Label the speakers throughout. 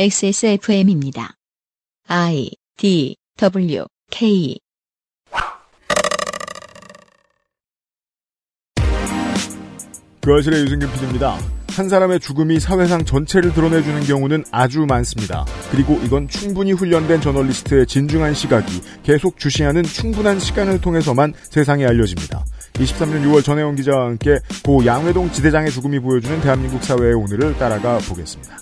Speaker 1: XSFM입니다. I D W K
Speaker 2: 교화실의 유승균 PD입니다. 한 사람의 죽음이 사회상 전체를 드러내주는 경우는 아주 많습니다. 그리고 이건 충분히 훈련된 저널리스트의 진중한 시각이 계속 주시하는 충분한 시간을 통해서만 세상에 알려집니다. 23년 6월 전혜원 기자와 함께 고 양회동 지대장의 죽음이 보여주는 대한민국 사회의 오늘을 따라가 보겠습니다.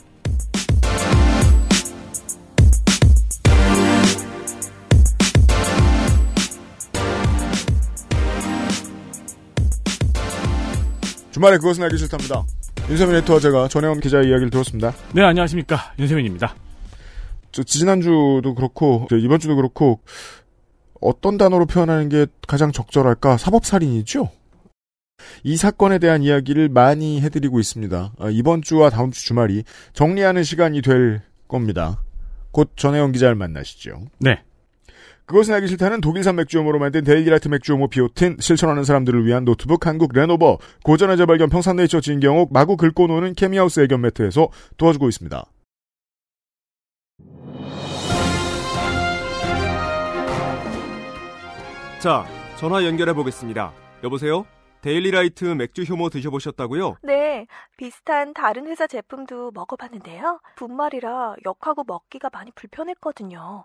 Speaker 2: 주말에 그것은 알기 싫답니다. 윤세민 에터와 제가 전혜원 기자의 이야기를 들었습니다.
Speaker 3: 네, 안녕하십니까. 윤세민입니다.
Speaker 2: 저 지난주도 그렇고 저 이번 주도 그렇고 어떤 단어로 표현하는 게 가장 적절할까? 사법살인이죠. 이 사건에 대한 이야기를 많이 해드리고 있습니다. 아, 이번 주와 다음 주 주말이 정리하는 시간이 될 겁니다. 곧 전혜영 기자를 만나시죠.
Speaker 3: 네.
Speaker 2: 그것은 알기 싫다는 독일산 맥주호모로 만든 데일리라이트 맥주호모 비오틴 실천하는 사람들을 위한 노트북 한국 레노버 고전의 재발견 평산네이처 진경옥 마구 긁고 노는 케미하우스 애견 매트에서 도와주고 있습니다.
Speaker 4: 자, 전화 연결해 보겠습니다. 여보세요? 데일리라이트 맥주 효모 드셔보셨다고요?
Speaker 5: 네, 비슷한 다른 회사 제품도 먹어봤는데요. 분말이라 역하고 먹기가 많이 불편했거든요.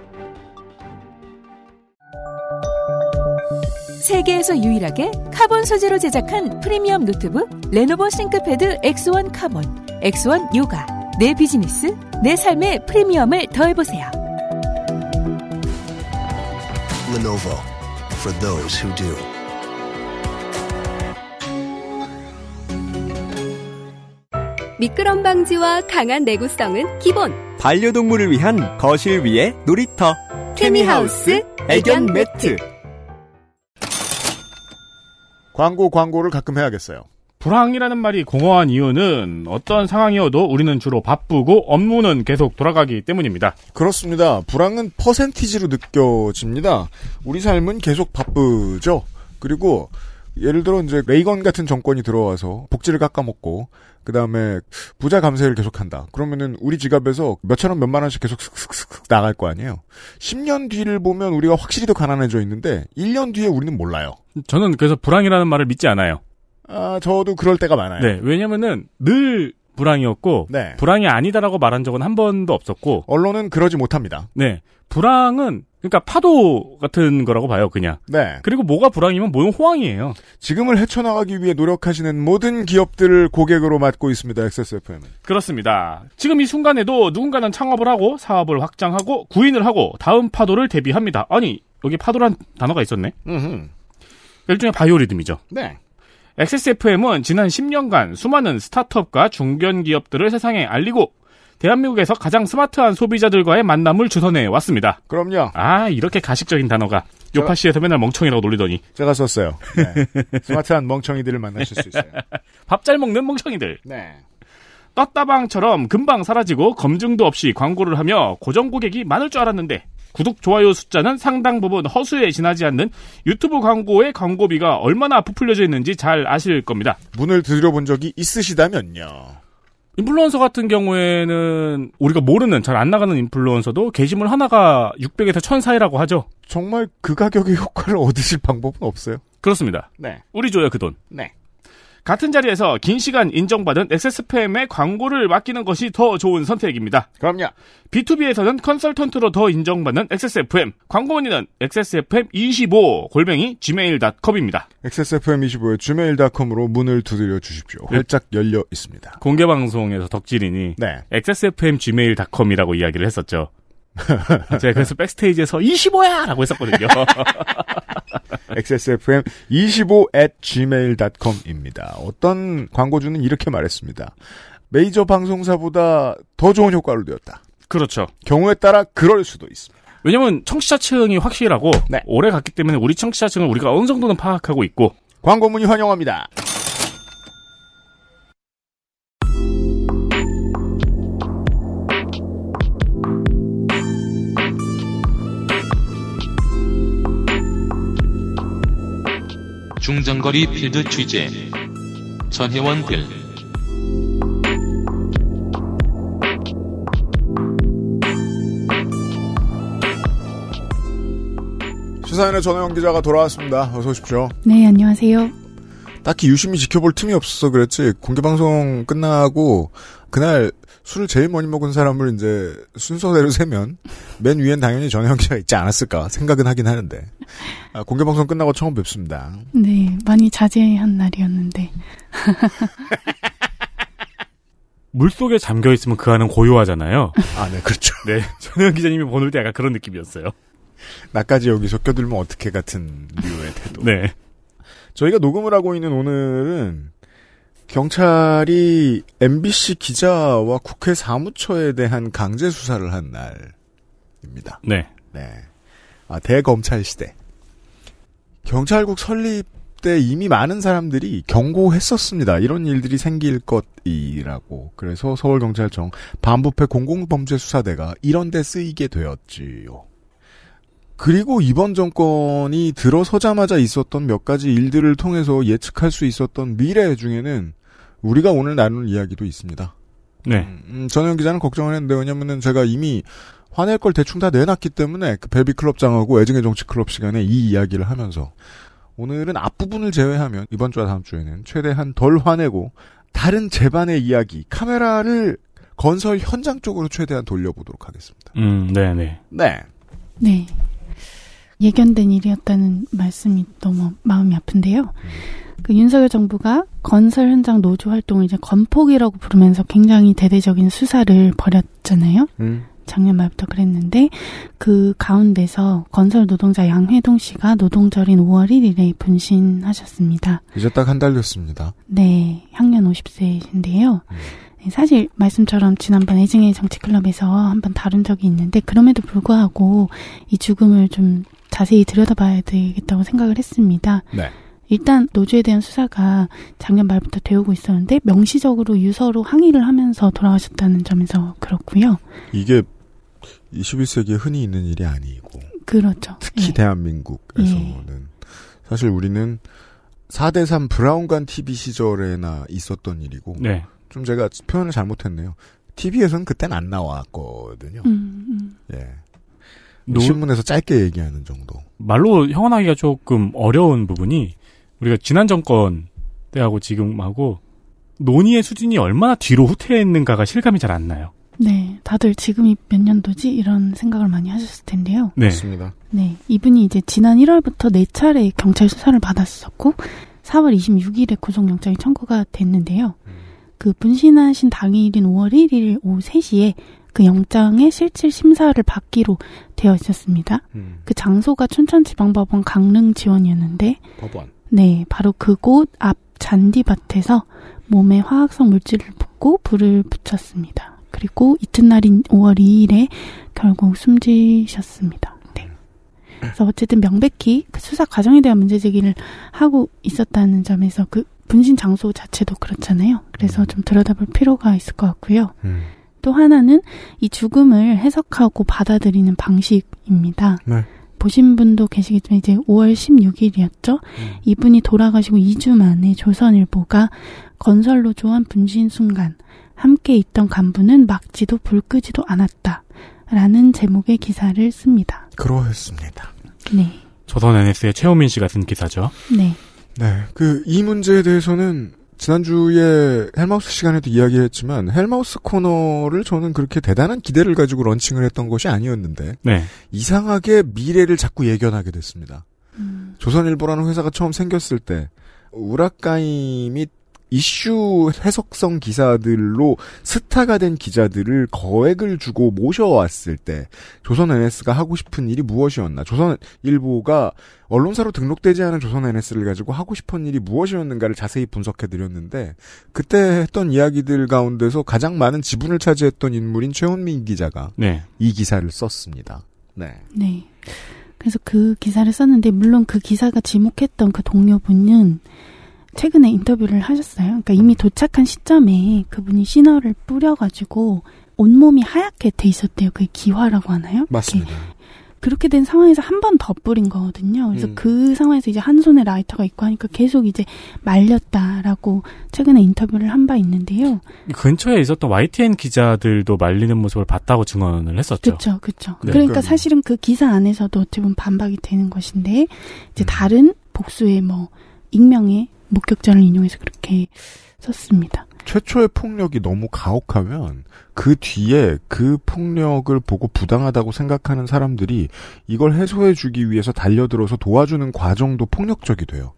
Speaker 6: 세계에서 유일하게 카본 소재로 제작한 프리미엄 노트북 레노버 싱크패드 X1 카본, X1 요가. 내 비즈니스, 내 삶의 프리미엄을 더해보세요.
Speaker 7: Lenovo for those who do.
Speaker 8: 미끄럼 방지와 강한 내구성은 기본.
Speaker 4: 반려동물을 위한 거실 위에 놀이터.
Speaker 8: 케미하우스 애견 매트.
Speaker 2: 광고 광고를 가끔 해야겠어요.
Speaker 3: 불황이라는 말이 공허한 이유는 어떤 상황이어도 우리는 주로 바쁘고 업무는 계속 돌아가기 때문입니다.
Speaker 2: 그렇습니다. 불황은 퍼센티지로 느껴집니다. 우리 삶은 계속 바쁘죠. 그리고 예를 들어 이제 레이건 같은 정권이 들어와서 복지를 깎아먹고 그 다음에 부자 감세를 계속한다. 그러면은 우리 지갑에서 몇천 원 몇만 원씩 계속 슥슥슥 나갈 거 아니에요. 10년 뒤를 보면 우리가 확실히 더 가난해져 있는데 1년 뒤에 우리는 몰라요.
Speaker 3: 저는 그래서 불황이라는 말을 믿지 않아요.
Speaker 2: 아 저도 그럴 때가 많아요.
Speaker 3: 네, 왜냐면은 늘 불황이었고,
Speaker 2: 네.
Speaker 3: 불황이 아니다라고 말한 적은 한 번도 없었고,
Speaker 2: 언론은 그러지 못합니다.
Speaker 3: 네. 불황은, 그러니까 파도 같은 거라고 봐요, 그냥.
Speaker 2: 네.
Speaker 3: 그리고 뭐가 불황이면 뭐는 호황이에요.
Speaker 2: 지금을 헤쳐나가기 위해 노력하시는 모든 기업들을 고객으로 맡고 있습니다. XSFM은.
Speaker 3: 그렇습니다. 지금 이 순간에도 누군가는 창업을 하고 사업을 확장하고 구인을 하고 다음 파도를 대비합니다. 아니 여기 파도란 단어가 있었네.
Speaker 2: 음.
Speaker 3: 일종의 바이오리듬이죠.
Speaker 2: 네.
Speaker 3: XSFM은 지난 10년간 수많은 스타트업과 중견 기업들을 세상에 알리고 대한민국에서 가장 스마트한 소비자들과의 만남을 주선해 왔습니다.
Speaker 2: 그럼요.
Speaker 3: 아 이렇게 가식적인 단어가
Speaker 2: 제가-
Speaker 3: 요파 씨에서 맨날 멍청이라고 놀리더니
Speaker 2: 제가 썼어요. 네. 스마트한 멍청이들을 만나실 수 있어요.
Speaker 3: 밥 잘 먹는 멍청이들.
Speaker 2: 네.
Speaker 3: 떴다방처럼 금방 사라지고 검증도 없이 광고를 하며 고정 고객이 많을 줄 알았는데 구독 좋아요 숫자는 상당 부분 허수에 지나지 않는 유튜브 광고의 광고비가 얼마나 부풀려져 있는지 잘 아실 겁니다.
Speaker 2: 문을 들여본 적이 있으시다면요.
Speaker 3: 인플루언서 같은 경우에는 우리가 모르는 잘 안 나가는 인플루언서도 게시물 하나가 600에서 1000 사이라고 하죠.
Speaker 2: 정말 그 가격의 효과를 얻으실 방법은 없어요.
Speaker 3: 그렇습니다.
Speaker 2: 네.
Speaker 3: 우리 줘요 그 돈.
Speaker 2: 네.
Speaker 3: 같은 자리에서 긴 시간 인정받은 엑세스팸의 광고를 맡기는 것이 더 좋은 선택입니다.
Speaker 2: 그럼요.
Speaker 3: B2B에서는 컨설턴트로 더 인정받는 XSFM. 광고 문의는 XSFM25 골뱅이 gmail.com입니다.
Speaker 2: XSFM25의 gmail.com으로 문을 두드려 주십시오.
Speaker 3: 네.
Speaker 2: 활짝 열려 있습니다.
Speaker 3: 공개 방송에서 덕질인이
Speaker 2: 네.
Speaker 3: XSFM gmail.com이라고 이야기를 했었죠. 제가 그래서 백스테이지에서 25야! 라고 했었거든요.
Speaker 2: XSFM25 at gmail.com입니다. 어떤 광고주는 이렇게 말했습니다. 메이저 방송사보다 더 좋은 효과를 내었다.
Speaker 3: 그렇죠.
Speaker 2: 경우에 따라 그럴 수도 있습니다.
Speaker 3: 왜냐면 청취자층이 확실하고
Speaker 2: 네.
Speaker 3: 오래 갔기 때문에 우리 청취자층을 우리가 어느 정도는 파악하고 있고
Speaker 2: 광고문이 환영합니다.
Speaker 9: 중장거리 필드 취재 전혜원 글
Speaker 2: 시사인의 전혜영 기자가 돌아왔습니다. 어서 오십시오.
Speaker 10: 네, 안녕하세요.
Speaker 2: 딱히 유심히 지켜볼 틈이 없어서 그랬지 공개 방송 끝나고 그날 술을 제일 많이 먹은 사람을 이제 순서대로 세면 맨 위엔 당연히 전혜영 기자가 있지 않았을까 생각은 하긴 하는데 아, 공개 방송 끝나고 처음 뵙습니다.
Speaker 10: 네, 많이 자제한 날이었는데.
Speaker 3: 물속에 잠겨 있으면 그 안은 고요하잖아요.
Speaker 2: 아, 네, 그렇죠.
Speaker 3: 네. 전혜영 기자님이 보낼 때 약간 그런 느낌이었어요.
Speaker 2: 나까지 여기 섞여들면 어떻게 같은 류의 태도.
Speaker 3: 네.
Speaker 2: 저희가 녹음을 하고 있는 오늘은 경찰이 MBC 기자와 국회 사무처에 대한 강제 수사를 한 날입니다.
Speaker 3: 네.
Speaker 2: 네. 아, 대검찰 시대. 경찰국 설립 때 이미 많은 사람들이 경고했었습니다. 이런 일들이 생길 것이라고. 그래서 서울경찰청 반부패 공공범죄수사대가 이런 데 쓰이게 되었지요. 그리고 이번 정권이 들어서자마자 있었던 몇 가지 일들을 통해서 예측할 수 있었던 미래 중에는 우리가 오늘 나눌 이야기도 있습니다.
Speaker 3: 네.
Speaker 2: 음, 음, 전현 기자는 걱정을 했는데 왜냐면은 제가 이미 화낼 걸 대충 다 내놨기 때문에 그 벨비 클럽장하고 애증의 정치 클럽 시간에 이 이야기를 하면서 오늘은 앞부분을 제외하면 이번 주와 다음 주에는 최대한 덜 화내고 다른 재반의 이야기 카메라를 건설 현장 쪽으로 최대한 돌려보도록 하겠습니다.
Speaker 3: 음, 네, 네.
Speaker 2: 네.
Speaker 10: 네. 예견된 일이었다는 말씀이 너무 마음이 아픈데요. 그 윤석열 정부가 건설 현장 노조 활동을 이제 건폭이라고 부르면서 굉장히 대대적인 수사를 벌였잖아요. 작년 말부터 그랬는데 그 가운데서 건설 노동자 양회동 씨가 노동절인 5월 1일에 분신하셨습니다.
Speaker 2: 이제 딱 한 달 됐습니다.
Speaker 10: 네, 향년 50세이신데요.
Speaker 2: 음.
Speaker 10: 사실 말씀처럼 지난번 애증의 정치클럽에서 한번 다룬 적이 있는데 그럼에도 불구하고 이 죽음을 좀 자세히 들여다봐야 되겠다고 생각을 했습니다.
Speaker 2: 네.
Speaker 10: 일단 노조에 대한 수사가 작년 말부터 되오고 있었는데 명시적으로 유서로 항의를 하면서 돌아가셨다는 점에서 그렇고요.
Speaker 2: 이게 21세기에 흔히 있는 일이 아니고
Speaker 10: 그렇죠.
Speaker 2: 특히
Speaker 3: 네.
Speaker 10: 예.
Speaker 2: 대한민국에서는
Speaker 3: 음.
Speaker 2: 사실 우리는 4대3 브라운관 TV 시절에나 있었던 일이고
Speaker 3: 네.
Speaker 2: 좀 제가 표현을 잘못했네요. TV에서는 그땐 안 나왔거든요.
Speaker 10: 음, 음.
Speaker 2: 예.
Speaker 3: 노-
Speaker 2: 신문에서 짧게 얘기하는 정도.
Speaker 3: 말로 형언하기가 조금 어려운 부분이 우리가 지난 정권 때하고 지금하고 논의의 수준이 얼마나 뒤로 후퇴했는가가 실감이 잘 안 나요.
Speaker 10: 네, 다들 지금이 몇 년도지 이런 생각을 많이 하셨을 텐데요.
Speaker 3: 네.
Speaker 2: 맞습니다.
Speaker 10: 네, 이분이 이제 지난 1월부터 4차례 경찰 수사를 받았었고 4월 26일에 구속영장이 청구가 됐는데요. 그 분신하신 당일인 5월 1일 오후 3시에 그 영장의 실질 심사를 받기로 되어 있었습니다. 그 장소가 춘천지방법원 강릉지원이었는데
Speaker 2: 법원.
Speaker 10: 네, 바로 그곳 앞 잔디밭에서 몸에 화학성 물질을 붓고 불을 붙였습니다. 그리고 이튿날인 5월 2일에 결국 숨지셨습니다. 네. 그래서 어쨌든 명백히 그 수사 과정에 대한 문제 제기를 하고 있었다는 점에서 그 분신 장소 자체도 그렇잖아요. 그래서 좀 들여다볼 필요가 있을 것 같고요.
Speaker 2: 음.
Speaker 10: 또 하나는 이 죽음을 해석하고 받아들이는 방식입니다.
Speaker 2: 네.
Speaker 10: 보신 분도 계시겠지만 이제 5월 16일이었죠. 이분이 돌아가시고 2주 만에 조선일보가 건설로 조한 분신 순간 함께 있던 간부는 막지도 불 끄지도 않았다. 라는 제목의 기사를 씁니다.
Speaker 2: 그러했습니다.
Speaker 10: 네.
Speaker 3: 조선 NS의 최호민 씨가 쓴 기사죠.
Speaker 10: 네.
Speaker 2: 네. 그 이 문제에 대해서는 지난주에 헬마우스 시간에도 이야기했지만 헬마우스 코너를 저는 그렇게 대단한 기대를 가지고 런칭을 했던 것이 아니었는데
Speaker 3: 네.
Speaker 2: 이상하게 미래를 자꾸 예견하게 됐습니다.
Speaker 10: 음,
Speaker 2: 조선일보라는 회사가 처음 생겼을 때 우라카이 및 이슈 해석성 기사들로 스타가 된 기자들을 거액을 주고 모셔왔을 때 조선 NS가 하고 싶은 일이 무엇이었나 조선일보가 언론사로 등록되지 않은 조선 NS를 가지고 하고 싶은 일이 무엇이었는가를 자세히 분석해 드렸는데 그때 했던 이야기들 가운데서 가장 많은 지분을 차지했던 인물인 최훈민 기자가
Speaker 3: 네.
Speaker 2: 이 기사를 썼습니다. 네.
Speaker 10: 네. 그래서 그 기사를 썼는데 물론 그 기사가 지목했던 그 동료분은 최근에 인터뷰를 하셨어요. 그러니까 이미 도착한 시점에 그분이 신화를 뿌려가지고 온몸이 하얗게 돼 있었대요. 그게 기화라고 하나요?
Speaker 2: 맞습니다.
Speaker 10: 그렇게 된 상황에서 한 번 더 뿌린 거거든요. 그래서
Speaker 2: 음.
Speaker 10: 그 상황에서 이제 한 손에 라이터가 있고 하니까 계속 이제 말렸다라고 최근에 인터뷰를 한 바 있는데요.
Speaker 11: 근처에 있었던 YTN 기자들도 말리는 모습을 봤다고 증언을 했었죠.
Speaker 10: 그렇죠, 그렇죠.
Speaker 11: 네.
Speaker 10: 그러니까
Speaker 11: 그럼요.
Speaker 10: 사실은 그 기사 안에서도 어떻게 보면 반박이 되는 것인데 이제 다른 복수의 뭐 익명의 목격자를 인용해서 그렇게 썼습니다.
Speaker 2: 최초의 폭력이 너무 가혹하면 그 뒤에 그 폭력을 보고 부당하다고 생각하는 사람들이 이걸 해소해주기 위해서 달려들어서 도와주는 과정도 폭력적이 돼요.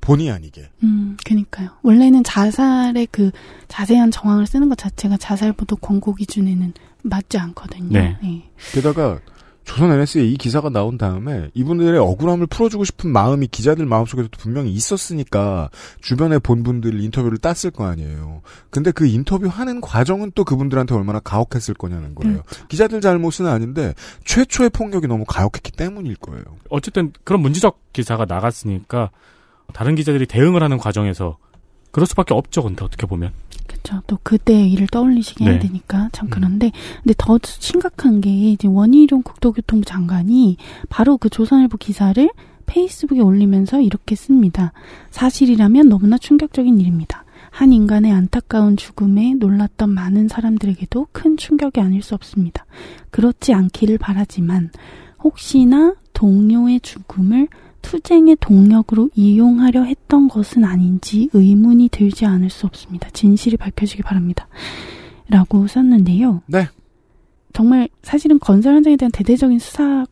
Speaker 2: 본의 아니게.
Speaker 10: 음, 그니까요. 원래는 자살의 그 자세한 정황을 쓰는 것 자체가 자살보도 권고 기준에는 맞지 않거든요.
Speaker 2: 네.
Speaker 10: 네.
Speaker 2: 게다가 조선 NS에 이 기사가 나온 다음에 이분들의 억울함을 풀어주고 싶은 마음이 기자들 마음속에도 분명히 있었으니까 주변에 본 분들 인터뷰를 땄을 거 아니에요. 근데 그 인터뷰하는 과정은 또 그분들한테 얼마나 가혹했을 거냐는 거예요. 기자들 잘못은 아닌데 최초의 폭력이 너무 가혹했기 때문일 거예요.
Speaker 11: 어쨌든 그런 문제적 기사가 나갔으니까 다른 기자들이 대응을 하는 과정에서 그럴 수밖에 없죠. 근데 어떻게 보면
Speaker 10: 그렇죠. 또 그때의 일을 떠올리시게 해야
Speaker 11: 네.
Speaker 10: 되니까 참 그런데 근데 더 심각한 게 이제 원희룡 국토교통부 장관이 바로 그 조선일보 기사를 페이스북에 올리면서 이렇게 씁니다. 사실이라면 너무나 충격적인 일입니다. 한 인간의 안타까운 죽음에 놀랐던 많은 사람들에게도 큰 충격이 아닐 수 없습니다. 그렇지 않기를 바라지만 혹시나 동료의 죽음을 투쟁의 동력으로 이용하려 했던 것은 아닌지 의문이 들지 않을 수 없습니다. 진실이 밝혀지기 바랍니다. 라고 썼는데요.
Speaker 2: 네.
Speaker 10: 정말 사실은 건설 현장에 대한 대대적인 수사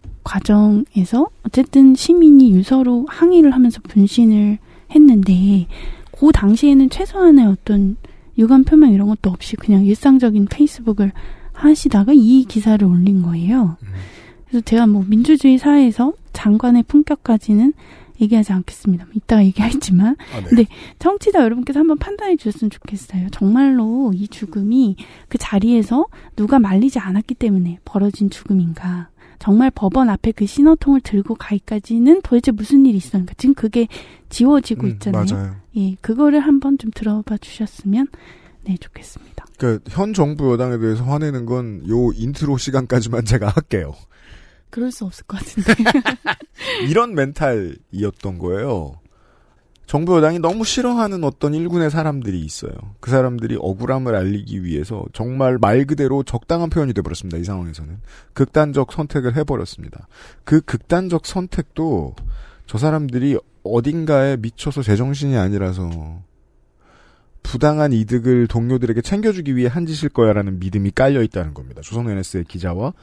Speaker 10: 과정에서 어쨌든 시민이 유서로 항의를 하면서 분신을 했는데 그 당시에는 최소한의 어떤 유감 표명 이런 것도 없이 그냥 일상적인 페이스북을 하시다가 이 기사를 올린 거예요. 그래서 제가 뭐 민주주의 사회에서 장관의 품격까지는 얘기하지 않겠습니다. 이따가 얘기하겠지만. 근데 청취자 여러분께서 한번 판단해 주셨으면 좋겠어요. 정말로 이 죽음이 그 자리에서 누가 말리지 않았기 때문에 벌어진 죽음인가. 정말 법원 앞에 그 신호통을 들고 가기까지는 도대체 무슨 일이 있었는가. 지금 그게 지워지고 있잖아요.
Speaker 2: 음, 맞아요.
Speaker 10: 예, 그거를 한번 좀 들어봐 주셨으면 네, 좋겠습니다.
Speaker 2: 그러니까 현 정부 여당에 대해서 화내는 건 요 인트로 시간까지만 제가 할게요.
Speaker 10: 그럴 수 없을 것 같은데.
Speaker 2: 이런 멘탈이었던 거예요. 정부 여당이 너무 싫어하는 어떤 일군의 사람들이 있어요. 그 사람들이 억울함을 알리기 위해서 정말 말 그대로 적당한 표현이 돼버렸습니다. 이 상황에서는 극단적 선택을 해버렸습니다. 그 극단적 선택도 저 사람들이 어딘가에 미쳐서 제정신이 아니라서 부당한 이득을 동료들에게 챙겨주기 위해 한 짓일 거야라는 믿음이 깔려 있다는 겁니다. 조선 NS의 기자와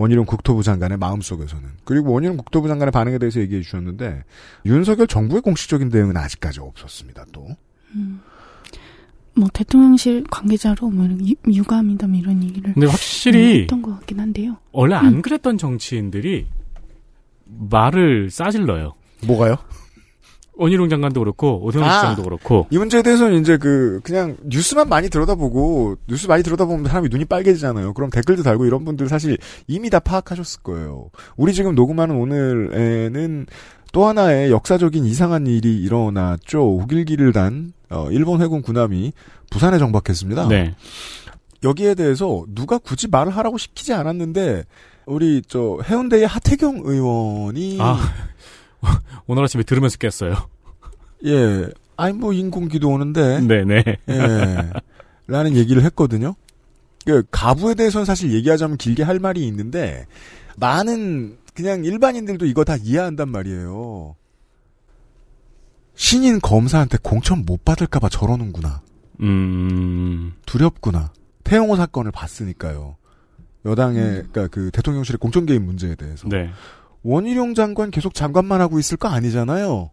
Speaker 2: 원희룡 국토부 장관의 마음속에서는 그리고 원희룡 국토부 장관의 반응에 대해서 얘기해 주셨는데 윤석열 정부의 공식적인 대응은 아직까지 없었습니다. 또
Speaker 10: 음. 뭐 대통령실 관계자로 뭐 이런 유- 유감이다 뭐 이런 얘기를 음,
Speaker 11: 근데 확실히
Speaker 2: 음,
Speaker 10: 했던 것 같긴 한데요.
Speaker 11: 원래
Speaker 10: 음.
Speaker 11: 안 그랬던 정치인들이 말을 싸질러요.
Speaker 2: 뭐가요?
Speaker 11: 원희룡 장관도 그렇고 오세훈
Speaker 2: 아.
Speaker 11: 시장도 그렇고
Speaker 2: 이 문제에 대해서는 이제 그 그냥 뉴스만 많이 들여다보고 뉴스 많이 들여다보면 사람이 눈이 빨개지잖아요. 그럼 댓글도 달고 이런 분들 사실 이미 다 파악하셨을 거예요. 우리 지금 녹음하는 오늘에는 또 하나의 역사적인 이상한 일이 일어났죠. 우길기를 단 어, 일본 해군 군함이 부산에 정박했습니다.
Speaker 11: 네.
Speaker 2: 여기에 대해서 누가 굳이 말을 하라고 시키지 않았는데 우리 저 해운대의 하태경 의원이
Speaker 11: 아 오늘 아침에 들으면서 깼어요.
Speaker 2: 예 아니 뭐 인공기도 오는데
Speaker 3: 음.
Speaker 11: 네네.
Speaker 2: 예. 라는 얘기를 했거든요. 그 가부에 대해서는 사실 얘기하자면 길게 할 말이 있는데 많은 그냥 일반인들도 이거 다 이해한단 말이에요. 신인 검사한테 공천 못 받을까봐 저러는구나.
Speaker 11: 음.
Speaker 2: 두렵구나. 태용호 사건을 봤으니까요. 여당의 그러니까 그 대통령실의 공천 개입 문제에 대해서
Speaker 11: 네.
Speaker 2: 원희룡 장관 계속 장관만 하고 있을 거 아니잖아요.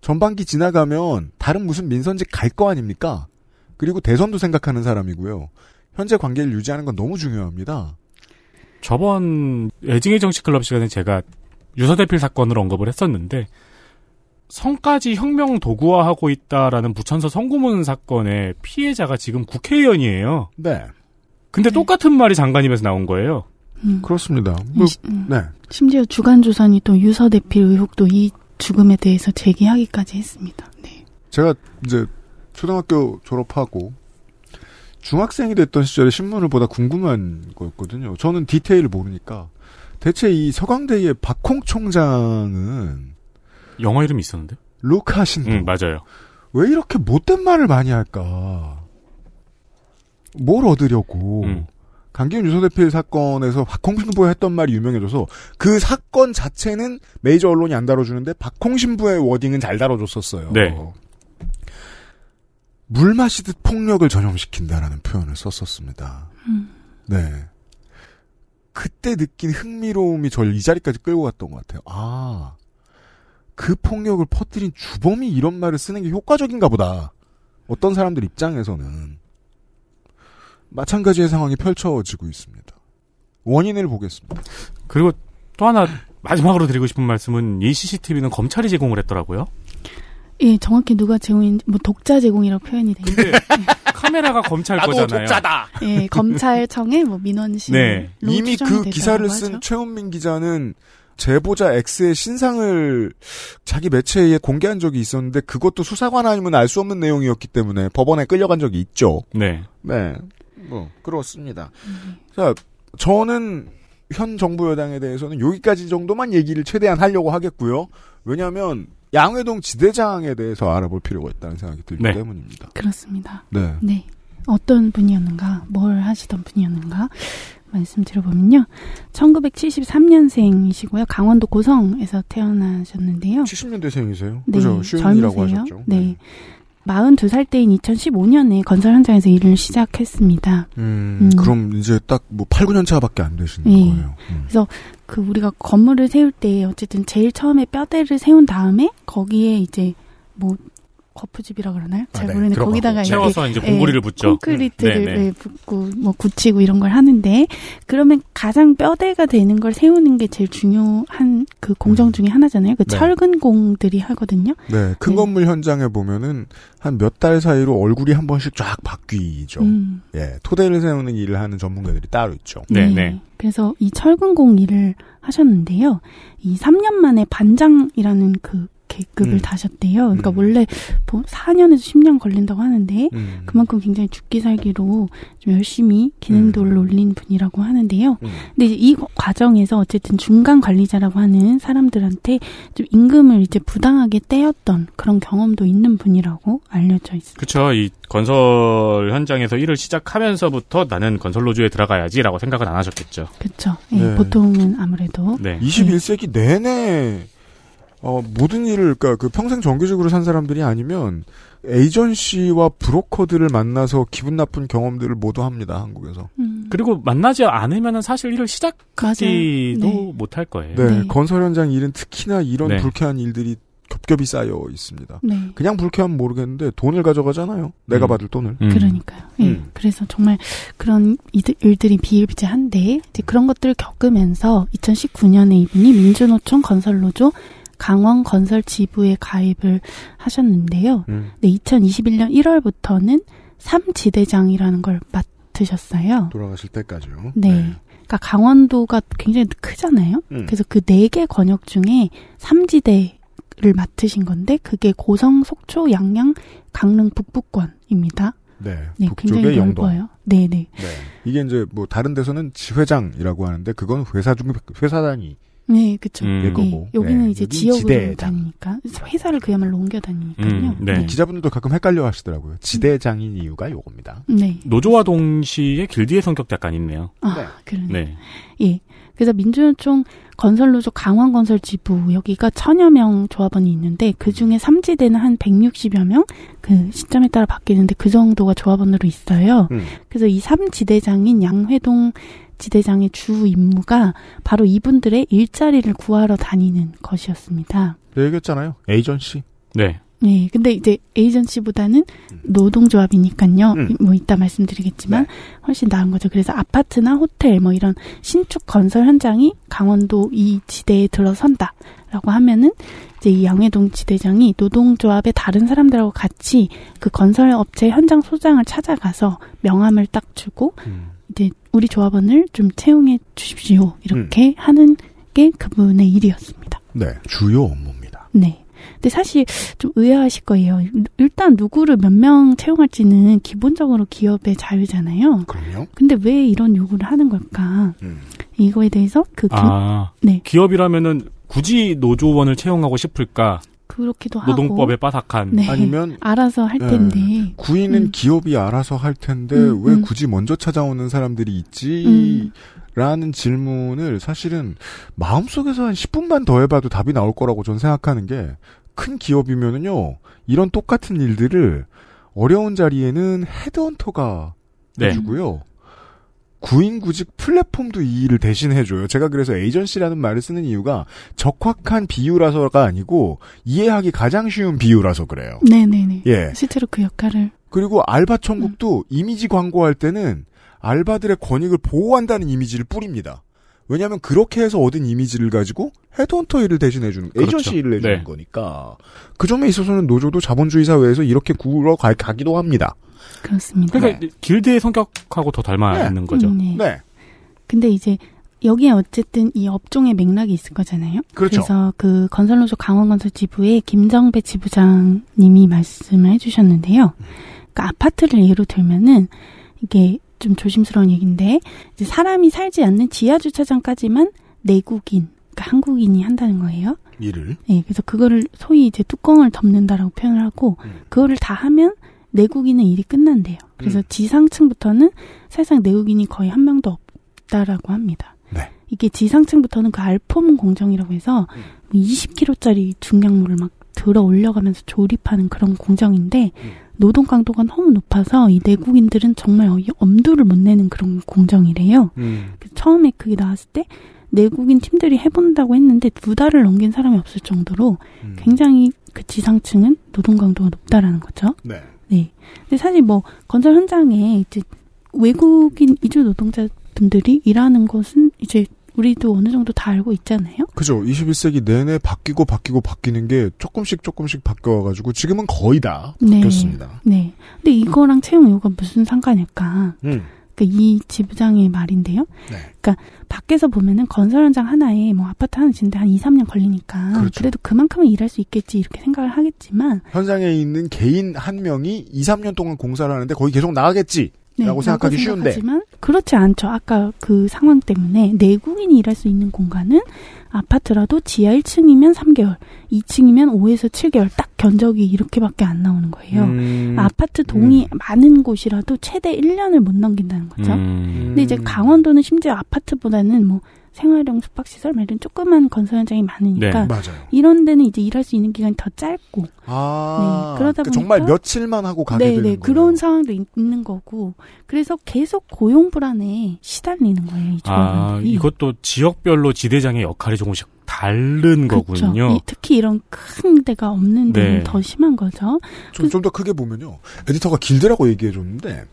Speaker 2: 전반기 지나가면 다른 무슨 민선직 갈 거 아닙니까? 그리고 대선도 생각하는 사람이고요. 현재 관계를 유지하는 건 너무 중요합니다.
Speaker 11: 저번 애증의 정치 클럽 시간에 제가 유서 대필 사건을 언급을 했었는데 성까지 혁명 도구화하고 있다라는 부천서 성고문 사건의 피해자가 지금 국회의원이에요.
Speaker 2: 네.
Speaker 11: 근데 똑같은 말이 장관 입에서 나온 거예요.
Speaker 2: 그렇습니다. 뭐,
Speaker 10: 이 시- 음.
Speaker 2: 네.
Speaker 10: 심지어 주간조선이 또 유서대필 의혹도 이 죽음에 대해서 제기하기까지 했습니다. 네.
Speaker 2: 제가 이제 초등학교 졸업하고 중학생이 됐던 시절에 신문을 보다 궁금한 거였거든요. 저는 디테일을 모르니까 대체 이 서강대의 박홍 총장은
Speaker 11: 영어 이름이 있었는데?
Speaker 2: 루카 신도
Speaker 3: 음,
Speaker 11: 응, 음, 맞아요.
Speaker 2: 왜 이렇게 못된 말을 많이 할까? 뭘 얻으려고? 강기훈 유서대필 사건에서 박홍신부가 했던 말이 유명해져서 그 사건 자체는 메이저 언론이 안 다뤄주는데 박홍신부의 워딩은 잘 다뤄줬었어요.
Speaker 11: 네.
Speaker 2: 물 마시듯 폭력을 전염시킨다라는 표현을 썼었습니다. 네. 그때 느낀 흥미로움이 저를 이 자리까지 끌고 갔던 것 같아요. 아, 그 폭력을 퍼뜨린 주범이 이런 말을 쓰는 게 효과적인가 보다. 어떤 사람들 입장에서는. 마찬가지의 상황이 펼쳐지고 있습니다. 원인을 보겠습니다.
Speaker 11: 그리고 또 하나 마지막으로 드리고 싶은 말씀은 이 CCTV는 검찰이 제공을 했더라고요.
Speaker 10: 예, 정확히 누가 제공인지, 뭐, 독자 제공이라고 표현이 돼요.
Speaker 11: 카메라가 검찰
Speaker 10: 나도
Speaker 11: 거잖아요.
Speaker 10: 독자다. 예, 검찰청에 뭐, 민원실.
Speaker 11: 네.
Speaker 10: 로
Speaker 2: 이미 그
Speaker 10: 추정이
Speaker 2: 기사를
Speaker 10: 되더라고
Speaker 2: 쓴
Speaker 10: 하죠.
Speaker 2: 최은민 기자는 제보자 X의 신상을 자기 매체에 공개한 적이 있었는데 그것도 수사관 아니면 알 수 없는 내용이었기 때문에 법원에 끌려간 적이 있죠.
Speaker 11: 네.
Speaker 2: 네. 뭐 그렇습니다. 자, 저는 현 정부 여당에 대해서는 여기까지 정도만 얘기를 최대한 하려고 하겠고요. 왜냐하면 양회동 지대장에 대해서 알아볼 필요가 있다는 생각이 들기
Speaker 11: 네.
Speaker 2: 때문입니다.
Speaker 10: 그렇습니다.
Speaker 2: 네.
Speaker 10: 네. 어떤 분이었는가, 뭘 하시던 분이었는가, 말씀드려보면요. 1973년생이시고요. 강원도 고성에서 태어나셨는데요.
Speaker 2: 70년대 생이세요? 그죠? 슈인이라고
Speaker 10: 네, 젊으세요.
Speaker 2: 하셨죠.
Speaker 10: 네. 42살 때인 2015년에 건설 현장에서 일을 시작했습니다.
Speaker 2: 음,
Speaker 10: 음.
Speaker 2: 그럼 이제 딱 뭐 8, 9년 차밖에 안 되신
Speaker 10: 예.
Speaker 2: 거예요. 음.
Speaker 10: 그래서 그 우리가 건물을 세울 때 어쨌든 제일 처음에 뼈대를 세운 다음에 거기에 이제 뭐 거푸집이라 그러나요?
Speaker 2: 아,
Speaker 10: 잘
Speaker 11: 네.
Speaker 10: 모르는데
Speaker 11: 들어가고
Speaker 10: 거기다가
Speaker 11: 채워서 이제 공구리를 붙죠.
Speaker 10: 콘크리트를
Speaker 11: 음, 네, 네.
Speaker 10: 예, 붓고 뭐 굳히고 이런 걸 하는데 그러면 가장 뼈대가 되는 걸 세우는 게 제일 중요한 그 공정 중에 하나잖아요. 그
Speaker 2: 네.
Speaker 10: 철근공들이 하거든요.
Speaker 2: 네, 큰 건물 현장에 보면은 한 몇 달 사이로 얼굴이 한 번씩 쫙 바뀌죠.
Speaker 10: 음.
Speaker 2: 예, 토대를 세우는 일을 하는 전문가들이 따로 있죠.
Speaker 10: 네, 네. 그래서 이 철근공 일을 하셨는데요. 이 3년 만에 반장이라는 그 계급을
Speaker 2: 음.
Speaker 10: 다셨대요. 그러니까 원래 보- 4년에서 10년 걸린다고 하는데
Speaker 2: 음.
Speaker 10: 그만큼 굉장히 죽기 살기로 좀 열심히 기능도를 올린 분이라고 하는데요.
Speaker 11: 음.
Speaker 10: 근데 이제 이 과정에서 어쨌든 중간 관리자라고 하는 사람들한테 좀 임금을 이제 부당하게 떼었던 그런 경험도 있는 분이라고 알려져 있습니다.
Speaker 11: 그쵸. 이 건설 현장에서 일을 시작하면서부터 나는 건설노조에 들어가야지라고 생각은 안 하셨겠죠.
Speaker 10: 그렇죠. 예,
Speaker 2: 네.
Speaker 10: 보통은 아무래도
Speaker 11: 네.
Speaker 2: 21세기 내내 어, 모든 일을 그러니까 그 평생 정규직으로 산 사람들이 아니면 에이전시와 브로커들을 만나서 기분 나쁜 경험들을 모두 합니다. 한국에서.
Speaker 10: 음,
Speaker 11: 그리고 만나지 않으면 사실 일을 시작하지도
Speaker 10: 네.
Speaker 2: 맞아요.
Speaker 11: 못할 거예요.
Speaker 2: 네, 건설 현장 일은 특히나 이런
Speaker 11: 네.
Speaker 2: 불쾌한 일들이 겹겹이 쌓여 있습니다.
Speaker 10: 네.
Speaker 2: 그냥 불쾌하면 모르겠는데 돈을 가져가잖아요. 내가
Speaker 11: 음.
Speaker 2: 받을 돈을.
Speaker 10: 그러니까요. 예.
Speaker 2: 음.
Speaker 10: 그래서 정말 그런 이들- 일들이 비일비재한데
Speaker 2: 음.
Speaker 10: 이제 그런 것들을 겪으면서 2019년에 이분이 민주노총 건설노조 강원 건설 지부에 가입을 하셨는데요.
Speaker 2: 음.
Speaker 10: 네, 2021년 1월부터는 3지대장이라는 걸 맡으셨어요.
Speaker 2: 돌아가실 때까지요.
Speaker 10: 네. 그러니까 강원도가 굉장히 크잖아요.
Speaker 2: 음.
Speaker 10: 그래서 그 네 개 권역 중에 삼지대를 맡으신 건데 그게 고성, 속초, 양양, 강릉 북부권입니다.
Speaker 2: 네.
Speaker 10: 네, 굉장히
Speaker 2: 북쪽의 영동.
Speaker 10: 넓어요. 네, 네.
Speaker 2: 이게 이제 뭐 다른 데서는 지회장이라고 하는데 그건 회사 중 회사 단위.
Speaker 10: 네, 그렇죠.
Speaker 2: 음.
Speaker 10: 네,
Speaker 2: 거고.
Speaker 10: 여기는
Speaker 2: 네,
Speaker 10: 이제
Speaker 2: 여긴
Speaker 10: 지역으로
Speaker 2: 지대장.
Speaker 10: 다니니까 회사를 그야말로 옮겨 다니니까요.
Speaker 11: 네.
Speaker 2: 기자분들도 가끔 헷갈려 하시더라고요. 지대장인 이유가 요겁니다.
Speaker 10: 네.
Speaker 11: 노조와 동시에 길드의 성격도 약간 있네요.
Speaker 10: 아, 그러네.
Speaker 11: 네.
Speaker 10: 예. 그래서 민주노총 건설노조 강원건설지부 여기가 천여 명 조합원이 있는데 그 중에 삼지대는 한 160여 명? 그 시점에 따라 바뀌는데 그 정도가 조합원으로 있어요. 그래서 이 삼지대장인 양회동 지대장의 주 임무가 바로 이분들의 일자리를 구하러 다니는 것이었습니다.
Speaker 2: 네, 얘기했잖아요. 에이전시.
Speaker 11: 네.
Speaker 10: 네, 근데 이제 에이전시보다는 노동조합이니까요.
Speaker 2: 음.
Speaker 10: 뭐 이따 말씀드리겠지만 훨씬 나은 거죠. 그래서 아파트나 호텔 뭐 이런 신축 건설 현장이 강원도 이 지대에 들어선다라고 하면은 이제 이 양해동 지대장이 노동조합의 다른 사람들하고 같이 그 건설 업체 현장 소장을 찾아가서 명함을 딱 주고 이제 우리 조합원을 좀 채용해 주십시오. 이렇게 하는 게 그분의 일이었습니다.
Speaker 2: 네, 주요 업무입니다.
Speaker 10: 네. 근데 사실 좀 의아하실 거예요. 일단 누구를 몇 명 채용할지는 기본적으로 기업의 자유잖아요.
Speaker 2: 그럼요. 음.
Speaker 10: 근데 왜 이런 요구를 하는 걸까? 이거에 대해서 그 기-
Speaker 11: 아,
Speaker 10: 네.
Speaker 11: 기업이라면은 굳이 노조원을 채용하고 싶을까?
Speaker 10: 그렇기도 하고
Speaker 11: 노동법에 네. 빠삭한
Speaker 10: 네. 알아서 할
Speaker 2: 예,
Speaker 10: 텐데
Speaker 2: 구인은
Speaker 10: 음.
Speaker 2: 기업이 알아서 할 텐데
Speaker 10: 음,
Speaker 2: 왜
Speaker 10: 음.
Speaker 2: 굳이 먼저 찾아오는 사람들이 있지?
Speaker 10: 음.
Speaker 2: 라는 질문을 사실은 마음속에서 한 10분만 더 해봐도 답이 나올 거라고 저는 생각하는 게 큰 기업이면은요 이런 똑같은 일들을 어려운 자리에는 헤드헌터가
Speaker 11: 네.
Speaker 2: 해주고요 구인 구직 플랫폼도 이 일을 대신 해줘요. 제가 그래서 에이전시라는 말을 쓰는 이유가 적확한 비유라서가 아니고 이해하기 가장 쉬운 비유라서 그래요.
Speaker 10: 네네네.
Speaker 2: 예.
Speaker 10: 실제로 그 역할을
Speaker 2: 그리고 알바
Speaker 10: 음.
Speaker 2: 천국도 이미지 광고할 때는 알바들의 권익을 보호한다는 이미지를 뿌립니다. 왜냐하면 그렇게 해서 얻은 이미지를 가지고 헤드헌터 일을 대신해 주는
Speaker 10: 그렇죠.
Speaker 2: 에이전시 일을 해주는
Speaker 11: 네.
Speaker 2: 거니까 그 점에 있어서는 노조도 자본주의 사회에서 이렇게 굴러 가, 가기도 합니다.
Speaker 10: 그렇습니다.
Speaker 11: 그러니까 길드의 성격하고 더 닮아 있는 거죠.
Speaker 10: 음, 네. 근데 이제 여기에 어쨌든 이 업종의 맥락이 있을 거잖아요.
Speaker 11: 그렇죠.
Speaker 10: 래서그 건설노조 강원건설 지부의 김정배 지부장님이 말씀을 해주셨는데요. 그러니까 아파트를 예로 들면은 이게 좀 조심스러운 얘기인데 이제 사람이 살지 않는 지하 주차장까지만 내국인, 그러니까 한국인이 한다는 거예요.
Speaker 2: 일을
Speaker 10: 예, 그래서 그거를 소위 이제 뚜껑을 덮는다라고 표현을 하고 그거를 다 하면 내국인은 일이 끝난대요. 그래서 지상층부터는 사실상 내국인이 거의 한 명도 없다라고 합니다. 이게 지상층부터는 그 알폼 공정이라고 해서 20kg짜리 중량물을 막 들어 올려가면서 조립하는 그런 공정인데 노동 강도가 너무 높아서 이 내국인들은 정말 어이- 엄두를 못 내는 그런 공정이래요. 그래서 처음에 그게 나왔을 때 내국인 팀들이 해본다고 했는데 두 달을 넘긴 사람이 없을 정도로
Speaker 2: 음.
Speaker 10: 굉장히 그 지상층은 노동 강도가 높다라는 거죠.
Speaker 2: 네.
Speaker 10: 네. 근데 사실 뭐 건설 현장에 이제 외국인 이주 노동자분들이 일하는 것은 이제 우리도 어느 정도 다 알고 있잖아요.
Speaker 2: 그죠. 21세기 내내 바뀌고 바뀌고 바뀌는 게 조금씩 조금씩 바뀌어가지고 지금은 거의 다 바뀌었습니다.
Speaker 10: 네. 근데 이거랑 채용 요구가 무슨 상관일까?
Speaker 2: 음.
Speaker 10: 그러니까 이 지부장의 말인데요.
Speaker 2: 네.
Speaker 10: 그러니까 밖에서 보면은 건설 현장 하나에 뭐 아파트 하나 짓는데 한 2, 3년 걸리니까
Speaker 2: 그렇죠.
Speaker 10: 그래도 그만큼은 일할 수 있겠지 이렇게 생각을 하겠지만
Speaker 2: 현장에 있는 개인 한 명이 2, 3년 동안 공사를 하는데 거의 계속 나가겠지라고
Speaker 10: 네,
Speaker 2: 생각하기 쉬운데
Speaker 10: 생각하지만 그렇지 않죠. 아까 그 상황 때문에 내국인이 일할 수 있는 공간은 아파트라도 지하 1층이면 3개월, 2층이면 5에서 7개월 딱 견적이 이렇게밖에 안 나오는 거예요.
Speaker 2: 음.
Speaker 10: 아파트 동이 많은 곳이라도 최대 1년을 못 넘긴다는 거죠.
Speaker 2: 음.
Speaker 11: 음.
Speaker 10: 근데 이제 강원도는 심지어 아파트보다는 뭐 생활용 숙박시설 막 이런 조그만 건설 현장이 많으니까
Speaker 2: 네, 맞아요.
Speaker 10: 이런 데는 이제 일할 수 있는 기간이 더 짧고
Speaker 2: 아,
Speaker 10: 네, 그러다
Speaker 2: 그러니까 정말
Speaker 10: 보니까-
Speaker 2: 며칠만 하고 가게 아,
Speaker 10: 네,
Speaker 2: 되는
Speaker 10: 네,
Speaker 2: 거예요.
Speaker 10: 그런 상황도 있- 있는 거고 그래서 계속 고용 불안에 시달리는 거예요. 이
Speaker 11: 아,
Speaker 10: 조합원들이.
Speaker 11: 이것도 지역별로 지대장의 역할이 조금씩 다른
Speaker 10: 그렇죠.
Speaker 11: 거군요.
Speaker 10: 이- 특히 이런 큰 데가 없는 데는
Speaker 2: 네.
Speaker 10: 더 심한 거죠.
Speaker 2: 좀, 좀 더 크게 보면요. 에디터가 길드라고 얘기해 줬는데,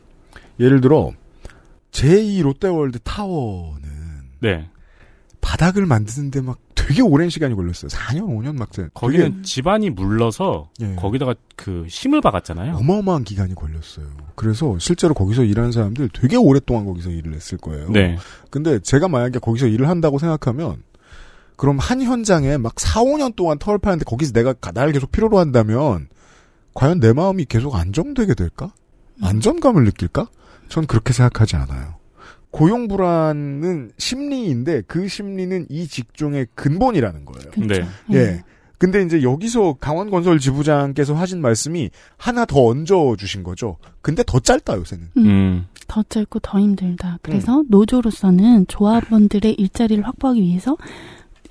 Speaker 2: 예를 들어, 제2 롯데월드 타워는,
Speaker 11: 네.
Speaker 2: 바닥을 만드는데 막 되게 오랜 시간이 걸렸어요. 4년, 5년 막. 돼.
Speaker 11: 거기는
Speaker 2: 되게
Speaker 11: 집안이 물러서 거기다가 그 심을 박았잖아요.
Speaker 2: 어마어마한 기간이 걸렸어요. 그래서 실제로 거기서 일하는 사람들 되게 오랫동안 거기서 일을 했을 거예요.
Speaker 11: 네.
Speaker 2: 근데 제가 만약에 거기서 일을 한다고 생각하면 그럼 한 현장에 막 4, 5년 동안 털 파는데 거기서 내가 가- 나를 계속 필요로 한다면 과연 내 마음이 계속 안정되게 될까? 안정감을 느낄까? 전 그렇게 생각하지 않아요. 고용 불안은 심리인데 그 심리는 이 직종의 근본이라는 거예요.
Speaker 10: 그렇죠.
Speaker 11: 네.
Speaker 2: 예. 근데 이제 여기서 강원건설 지부장께서 하신 말씀이 하나 더 얹어 주신 거죠. 근데 더 짧다 요새는.
Speaker 10: 음. 더 짧고 더 힘들다. 그래서
Speaker 11: 음.
Speaker 10: 노조로서는 조합원들의 일자리를 확보하기 위해서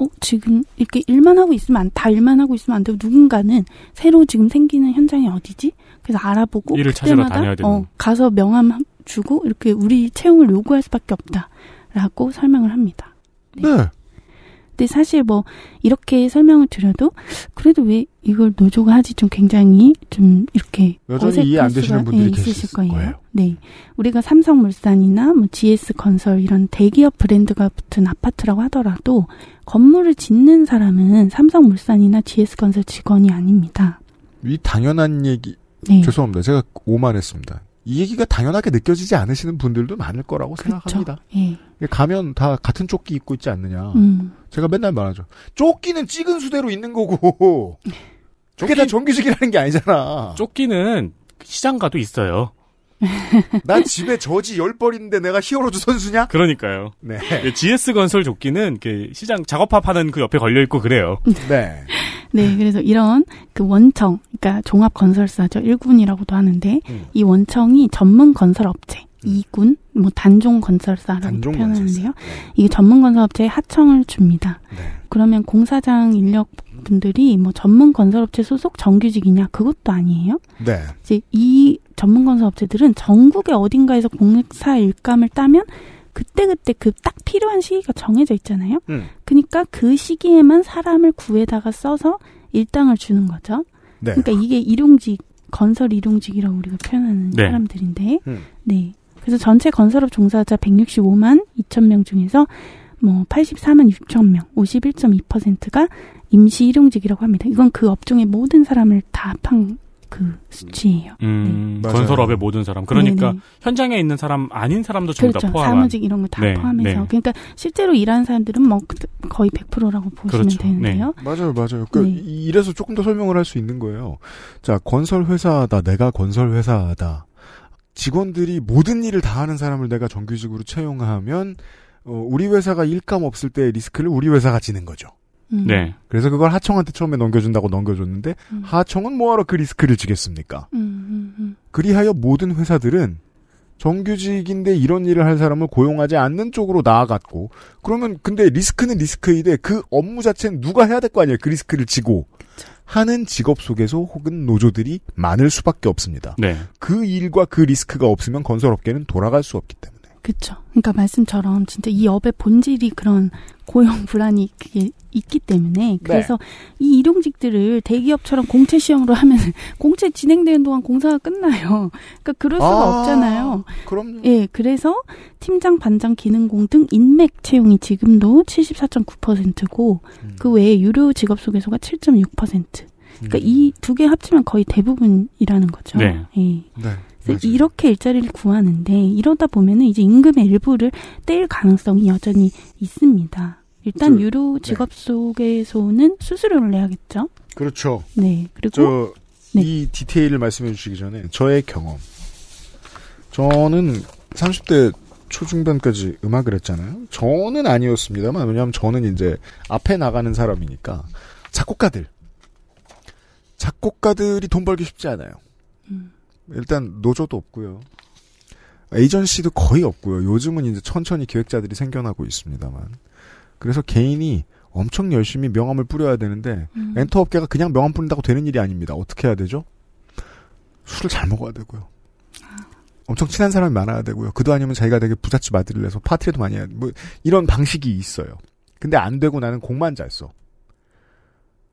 Speaker 10: 어, 지금 이렇게 일만 하고 있으면 안, 다 일만 하고 있으면 안 되고 누군가는 새로 지금 생기는 현장이 어디지? 그래서 알아보고
Speaker 11: 일을 찾으러
Speaker 10: 그때마다
Speaker 11: 다녀야 되는.
Speaker 10: 어, 가서 명함 주고 이렇게 우리 채용을 요구할 수밖에 없다라고 설명을 합니다.
Speaker 2: 네.
Speaker 10: 근데 사실 뭐 이렇게 설명을 드려도 그래도 왜 이걸 노조가 하지 좀 굉장히 좀 이렇게
Speaker 2: 여전히
Speaker 10: 어색할
Speaker 2: 이해 안
Speaker 10: 수가,
Speaker 2: 되시는 분들이
Speaker 10: 예,
Speaker 2: 계실
Speaker 10: 있으실 거예요. 네, 우리가 삼성물산이나 뭐 GS건설 이런 대기업 브랜드가 붙은 아파트라고 하더라도 건물을 짓는 사람은 삼성물산이나 GS건설 직원이 아닙니다.
Speaker 2: 이 당연한 얘기.
Speaker 10: 네.
Speaker 2: 예. 죄송합니다. 제가 오만했습니다. 이 얘기가 당연하게 느껴지지 않으시는 분들도 많을 거라고 생각합니다.
Speaker 10: 예.
Speaker 2: 가면 다 같은 조끼 입고 있지 않느냐.
Speaker 10: 음.
Speaker 2: 제가 맨날 말하죠. 조끼는 찍은 수대로 있는 거고. 그게 다 정규직이라는 게 아니잖아.
Speaker 11: 조끼는 시장 가도 있어요.
Speaker 2: 나 집에 저지 열 벌인데 내가 히어로즈 선수냐?
Speaker 11: 그러니까요.
Speaker 2: 네.
Speaker 11: GS 건설 조끼는 그 시장 작업합하는 그 옆에 걸려 있고 그래요.
Speaker 2: 네.
Speaker 10: 네, 그래서 이런 그 원청, 그러니까 종합 건설사죠. 1군이라고도 하는데 이 원청이 전문 건설 업체, 2군, 뭐 단종 건설사라고 네.
Speaker 12: 단종
Speaker 10: 표현하는데요. 이게 전문 건설 업체에 하청을 줍니다. 그러면 공사장 인력 분들이 뭐 전문 건설 업체 소속 정규직이냐 그것도 아니에요.
Speaker 2: 네.
Speaker 10: 이제 이 전문 건설 업체들은 전국의 어딘가에서 공사 일감을 따면 그때그때 그 딱 필요한 시기가 정해져 있잖아요.
Speaker 2: 음.
Speaker 10: 그러니까 그 시기에만 사람을 구해다가 써서 일당을 주는 거죠.
Speaker 2: 네.
Speaker 10: 그러니까 이게 일용직 건설 일용직이라고 우리가 표현하는
Speaker 12: 네.
Speaker 10: 사람들인데,
Speaker 12: 음.
Speaker 10: 네. 그래서 전체 건설업 종사자 165만 2천 명 중에서 뭐 84만 6천 명, 51.2%가 임시 일용직이라고 합니다. 이건 그 업종의 모든 사람을 다 합한 그 수치예요.
Speaker 11: 음,
Speaker 10: 네.
Speaker 11: 건설업의 모든 사람. 그러니까
Speaker 10: 네네.
Speaker 11: 현장에 있는 사람 아닌 사람도 전부
Speaker 10: 그렇죠.
Speaker 11: 다 포함한.
Speaker 10: 사무직 이런 거 다
Speaker 11: 네,
Speaker 10: 포함해서.
Speaker 11: 네.
Speaker 10: 그러니까 실제로 일하는 사람들은 뭐 그- 거의 100%라고 보시면
Speaker 11: 네.
Speaker 2: 그렇죠.
Speaker 10: 되는데요.
Speaker 2: 맞아요, 맞아요. 그
Speaker 10: 네.
Speaker 2: 이- 이래서 조금 더 설명을 할 수 있는 거예요. 자, 건설 회사다, 내가 건설 회사다. 직원들이 모든 일을 다 하는 사람을 내가 정규직으로 채용하면 어, 우리 회사가 일감 없을 때의 리스크를 우리 회사가 지는 거죠.
Speaker 10: 음.
Speaker 11: 네.
Speaker 2: 그래서 그걸 하청한테 처음에 넘겨준다고 넘겨줬는데 하청은 뭐하러 그 리스크를 지겠습니까?
Speaker 10: 음, 음, 음.
Speaker 2: 그리하여 모든 회사들은 정규직인데 이런 일을 할 사람을 고용하지 않는 쪽으로 나아갔고 그러면 근데 리스크는 리스크인데 그 업무 자체는 누가 해야 될 거 아니에요 그 리스크를 지고 하는 직업 속에서 혹은 노조들이 많을 수밖에 없습니다
Speaker 11: 네.
Speaker 2: 그 일과 그 리스크가 없으면 건설업계는 돌아갈 수 없기 때문에
Speaker 10: 그렇죠. 그러니까 말씀처럼 진짜 이 업의 본질이 그런 고용 불안이 그게 있기 때문에 그래서 이 일용직들을 대기업처럼 공채 시험으로 하면 공채 진행되는 동안 공사가 끝나요. 그러니까 그럴 수가
Speaker 12: 아,
Speaker 10: 없잖아요.
Speaker 2: 그럼
Speaker 10: 예, 그래서 팀장, 반장, 기능공 등 인맥 채용이 지금도 74.9%고 그 외에 유료 직업 소개소가 7.6%.
Speaker 3: 음.
Speaker 11: 음.
Speaker 10: 그러니까 이 두 개 합치면 거의 대부분이라는 거죠.
Speaker 12: 네.
Speaker 10: 예.
Speaker 2: 네.
Speaker 10: 그래서 이렇게 일자리를 구하는데 이러다 보면은 이제 임금의 일부를 떼일 가능성이 여전히 있습니다. 일단
Speaker 2: 그,
Speaker 10: 유료 직업 소개소는 수수료를 내야겠죠.
Speaker 2: 그렇죠
Speaker 10: 네. 그리고 네.
Speaker 2: 저, 이 디테일을 말씀해 주시기 전에 저의 경험. 저는 30대 초중반까지 음악을 했잖아요. 저는 아니었습니다만 왜냐하면 저는 이제 앞에 나가는 사람이니까 작곡가들 작곡가들이 돈 벌기 쉽지 않아요.
Speaker 10: 음.
Speaker 2: 일단 노조도 없고요. 에이전시도 거의 없고요. 요즘은 이제 천천히 기획자들이 생겨나고 있습니다만. 그래서 개인이 엄청 열심히 명함을 뿌려야 되는데
Speaker 12: 음.
Speaker 2: 엔터 업계가 그냥 명함 뿌린다고 되는 일이 아닙니다. 어떻게 해야 되죠? 술을 잘 먹어야 되고요. 엄청 친한 사람이 많아야 되고요. 그도 아니면 자기가 되게 부잣집 아들을 내서 파티라도 많이 해야 뭐 이런 방식이 있어요. 근데 안 되고 나는 공만 잘 써.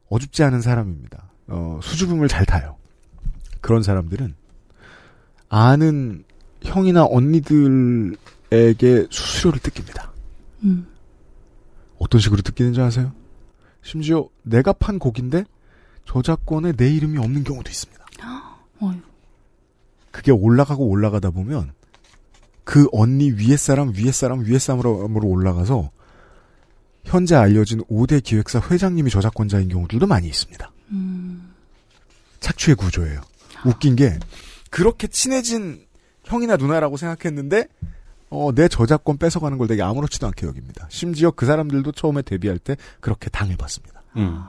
Speaker 2: 어줍지 않은 사람입니다. 어, 수줍음을 잘 타요. 그런 사람들은 아는 형이나 언니들에게 수수료를 뜯깁니다.
Speaker 10: 음.
Speaker 2: 어떤 식으로 뜯기는지 아세요? 심지어 내가 판 곡인데 저작권에 내 이름이 없는 경우도 있습니다.
Speaker 10: 어휴.
Speaker 2: 그게 올라가고 올라가다 보면 그 언니 위에 사람 위에 사람 위에 사람으로 올라가서 현재 알려진 5대 기획사 회장님이 저작권자인 경우들도 많이 있습니다.
Speaker 10: 음.
Speaker 2: 착취의 구조예요. 웃긴 게 그렇게 친해진 형이나 누나라고 생각했는데 어, 내 저작권 뺏어가는 걸 되게 아무렇지도 않게 여깁니다. 심지어 그 사람들도 처음에 데뷔할 때 그렇게 당해봤습니다.
Speaker 11: 음.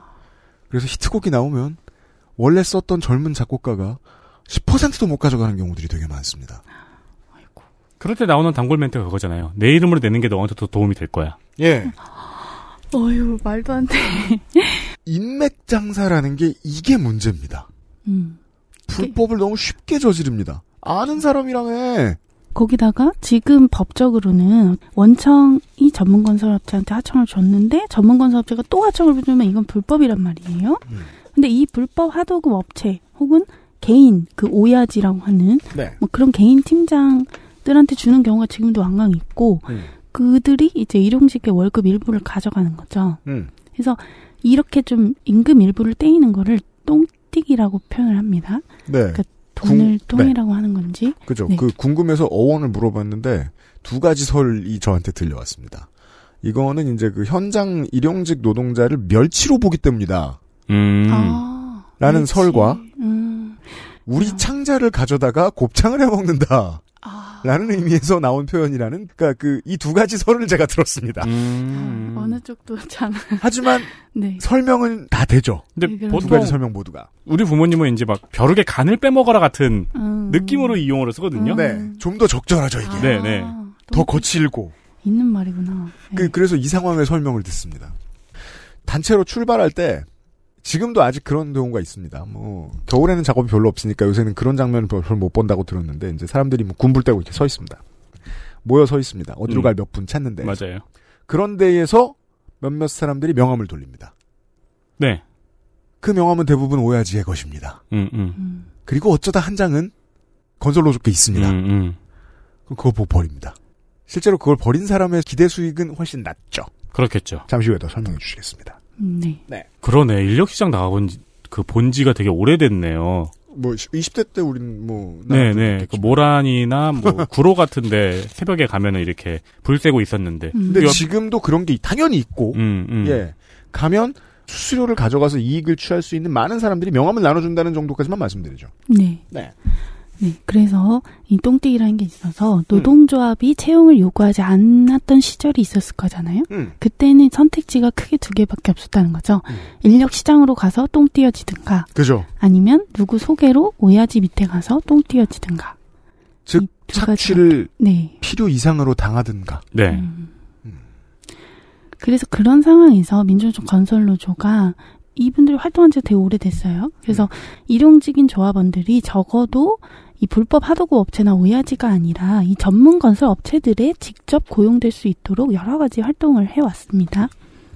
Speaker 2: 그래서 히트곡이 나오면 원래 썼던 젊은 작곡가가 10%도 못 가져가는 경우들이 되게 많습니다.
Speaker 11: 그럴 때 나오는 단골 멘트가 그거잖아요. 내 이름으로 내는 게 너한테 더 도움이 될 거야.
Speaker 2: 예.
Speaker 10: 어휴 말도 안 돼.
Speaker 2: 인맥 장사라는 게 이게 문제입니다.
Speaker 10: 음.
Speaker 2: 불법을 너무 쉽게 저지릅니다. 아는 사람이랑 해.
Speaker 10: 거기다가 지금 법적으로는 원청이 전문 건설업체한테 하청을 줬는데 전문 건설업체가 또 하청을 주면 이건 불법이란 말이에요. 근데 이 불법 하도급 업체 혹은 개인 그 오야지라고 하는
Speaker 12: 네.
Speaker 10: 뭐 그런 개인 팀장들한테 주는 경우가 지금도 왕왕 있고 그들이 이제 일용직의 월급 일부를 가져가는 거죠.
Speaker 2: 음.
Speaker 10: 그래서 이렇게 좀 임금 일부를 떼이는 거를 똥띠기라고 표현을 합니다.
Speaker 2: 네.
Speaker 10: 그러니까 돈을
Speaker 2: 궁-
Speaker 10: 통이라고 하는 건지.
Speaker 2: 그죠.
Speaker 10: 네.
Speaker 2: 그 궁금해서 어원을 물어봤는데 두 가지 설이 저한테 들려왔습니다. 이거는 이제 그 현장 일용직 노동자를 멸치로 보기 때문이다.
Speaker 11: 음.
Speaker 10: 아,
Speaker 2: 음. 라는
Speaker 10: 멸치.
Speaker 2: 설과
Speaker 10: 음,
Speaker 2: 우리 창자를 가져다가 곱창을 해 먹는다.
Speaker 10: 아,
Speaker 2: 라는 의미에서 나온 표현이라는 그러니까 그 이 두 가지 설을 제가
Speaker 11: 음.
Speaker 2: 들었습니다.
Speaker 10: 어느 쪽도 참.
Speaker 2: 하지만
Speaker 10: 네.
Speaker 2: 음. 설명은 다 되죠.
Speaker 10: 네,
Speaker 11: 근데
Speaker 10: 그럼요.
Speaker 11: 보통
Speaker 2: 두 가지 설명 모두가
Speaker 11: 우리 부모님은 이제 막 벼룩의 간을 빼먹어라 같은
Speaker 10: 음. 아,
Speaker 11: 느낌으로 이 용어를 쓰거든요. 음.
Speaker 2: 네, 좀 더 적절하죠 이게.
Speaker 11: 네, 네.
Speaker 2: 더 거칠고.
Speaker 10: 있는 말이구나. 네.
Speaker 2: 그, 그래서 이 상황의 설명을 듣습니다. 단체로 출발할 때, 지금도 아직 그런 경우가 있습니다. 뭐, 겨울에는 작업이 별로 없으니까 요새는 그런 장면을 별- 별로 못 본다고 들었는데, 이제 사람들이 뭐 군불대고 이렇게 서 있습니다. 모여 서 있습니다. 어디로
Speaker 11: 음.
Speaker 2: 갈 몇 분 찾는데.
Speaker 11: 맞아요.
Speaker 2: 그런 데에서 몇몇 사람들이 명함을 돌립니다.
Speaker 11: 네.
Speaker 2: 그 명함은 대부분 오야지의 것입니다.
Speaker 11: 음, 음.
Speaker 2: 그리고 어쩌다 한 장은 건설로 좋게 있습니다.
Speaker 11: 음, 음.
Speaker 2: 그럼 그걸 보고 버립니다. 실제로 그걸 버린 사람의 기대 수익은 훨씬 낮죠.
Speaker 11: 그렇겠죠.
Speaker 2: 잠시 후에 더 설명해 주시겠습니다.
Speaker 10: 네.
Speaker 11: 그러네. 인력 시장 나가본 지- 그 본지가 되게 오래됐네요.
Speaker 2: 뭐 20대 때 우린 뭐
Speaker 11: 네, 네. 그 모란이나 뭐 구로 같은데 새벽에 가면은 이렇게 불 쐬고 있었는데.
Speaker 10: 음.
Speaker 2: 근데 지금도 그런 게 당연히 있고
Speaker 11: 음,
Speaker 2: 예 가면 수수료를 가져가서 이익을 취할 수 있는 많은 사람들이 명함을 나눠준다는 정도까지만 말씀드리죠.
Speaker 10: 네.
Speaker 2: 네.
Speaker 10: 네, 그래서 이 똥띠기라는 게 있어서
Speaker 2: 음.
Speaker 10: 노동조합이 채용을 요구하지 않았던 시절이 있었을 거잖아요.
Speaker 2: 음.
Speaker 10: 그때는 선택지가 크게 두 개밖에 없었다는 거죠. 인력 시장으로 가서 똥띠어지든가
Speaker 2: 그죠.
Speaker 10: 아니면 누구 소개로 오야지 밑에 가서 똥띠어지든가.
Speaker 2: 즉 착취를
Speaker 10: 네.
Speaker 2: 필요 이상으로 당하든가.
Speaker 11: 네.
Speaker 10: 음. 그래서 그런 상황에서 민주노총 건설노조가 이분들이 활동한 지 되게 오래됐어요. 그래서 일용직인 조합원들이 적어도 이 불법 하도급 업체나 오야지가 아니라 이 전문 건설 업체들에 직접 고용될 수 있도록 여러 가지 활동을 해왔습니다.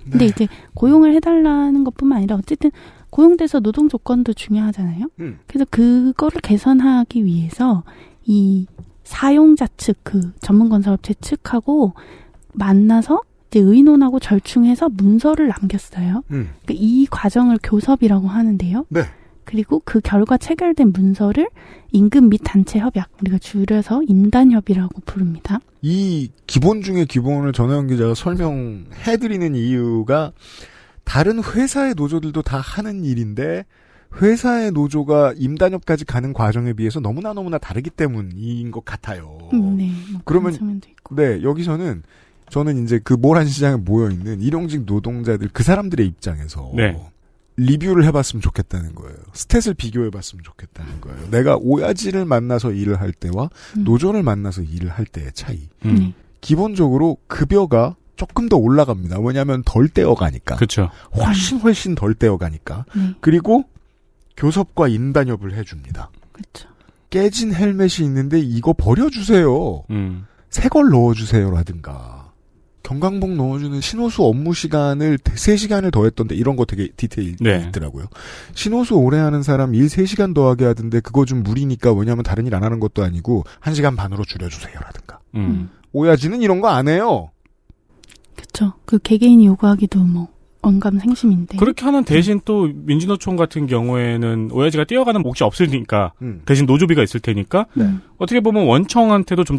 Speaker 10: 근데 이제 고용을 해달라는 것뿐만 아니라 어쨌든 고용돼서 노동 조건도 중요하잖아요.
Speaker 2: 음.
Speaker 10: 그래서 그거를 개선하기 위해서 이 사용자 측, 그 전문 건설 업체 측하고 만나서 이제 의논하고 절충해서 문서를 남겼어요.
Speaker 2: 음.
Speaker 10: 그이 과정을 교섭이라고 하는데요.
Speaker 2: 네.
Speaker 10: 그리고 그 결과 체결된 문서를 임금 및 단체 협약, 우리가 줄여서 임단협이라고 부릅니다.
Speaker 2: 이 기본 중에 기본을 전혜영 기자가 설명해드리는 이유가 다른 회사의 노조들도 다 하는 일인데 회사의 노조가 임단협까지 가는 과정에 비해서 너무나 너무나 다르기 때문인 것 같아요.
Speaker 10: 음, 네. 뭐
Speaker 2: 어, 그러면
Speaker 10: 그런 측면도
Speaker 2: 네 여기서는 저는 이제 그 모란 시장에 모여 있는 일용직 노동자들 그 사람들의 입장에서
Speaker 11: 네.
Speaker 2: 리뷰를 해봤으면 좋겠다는 거예요. 스탯을 비교해봤으면 좋겠다는 거예요. 내가 오야지를 만나서 일을 할 때와
Speaker 10: 음. 네,
Speaker 2: 노조를 만나서 일을 할 때의 차이.
Speaker 11: 음.
Speaker 2: 기본적으로 급여가 조금 더 올라갑니다. 왜냐하면 덜 떼어가니까.
Speaker 11: 그렇죠.
Speaker 2: 훨씬 훨씬 덜 떼어가니까.
Speaker 10: 네.
Speaker 2: 그리고 교섭과 인단협을 해줍니다.
Speaker 10: 그렇죠.
Speaker 2: 깨진 헬멧이 있는데 이거 버려주세요.
Speaker 11: 음.
Speaker 2: 새 걸 넣어주세요라든가 경광복 넣어주는 신호수 업무 시간을 3시간을 더했던데 이런 거 되게 디테일
Speaker 11: 네.
Speaker 2: 있더라고요. 신호수 오래 하는 사람 일 3시간 더하게 하던데 그거 좀 무리니까 왜냐하면 다른 일 안 하는 것도 아니고 1시간 반으로 줄여주세요라든가
Speaker 11: 음.
Speaker 2: 오야지는 이런 거 안 해요.
Speaker 10: 그렇죠. 그 개개인이 요구하기도 뭐 언감생심인데.
Speaker 11: 그렇게 하는 대신 또 민주노총 같은 경우에는 오야지가 뛰어가는 몫이 없으니까
Speaker 2: 음.
Speaker 11: 대신 노조비가 있을 테니까
Speaker 10: 음.
Speaker 11: 어떻게 보면 원청한테도 좀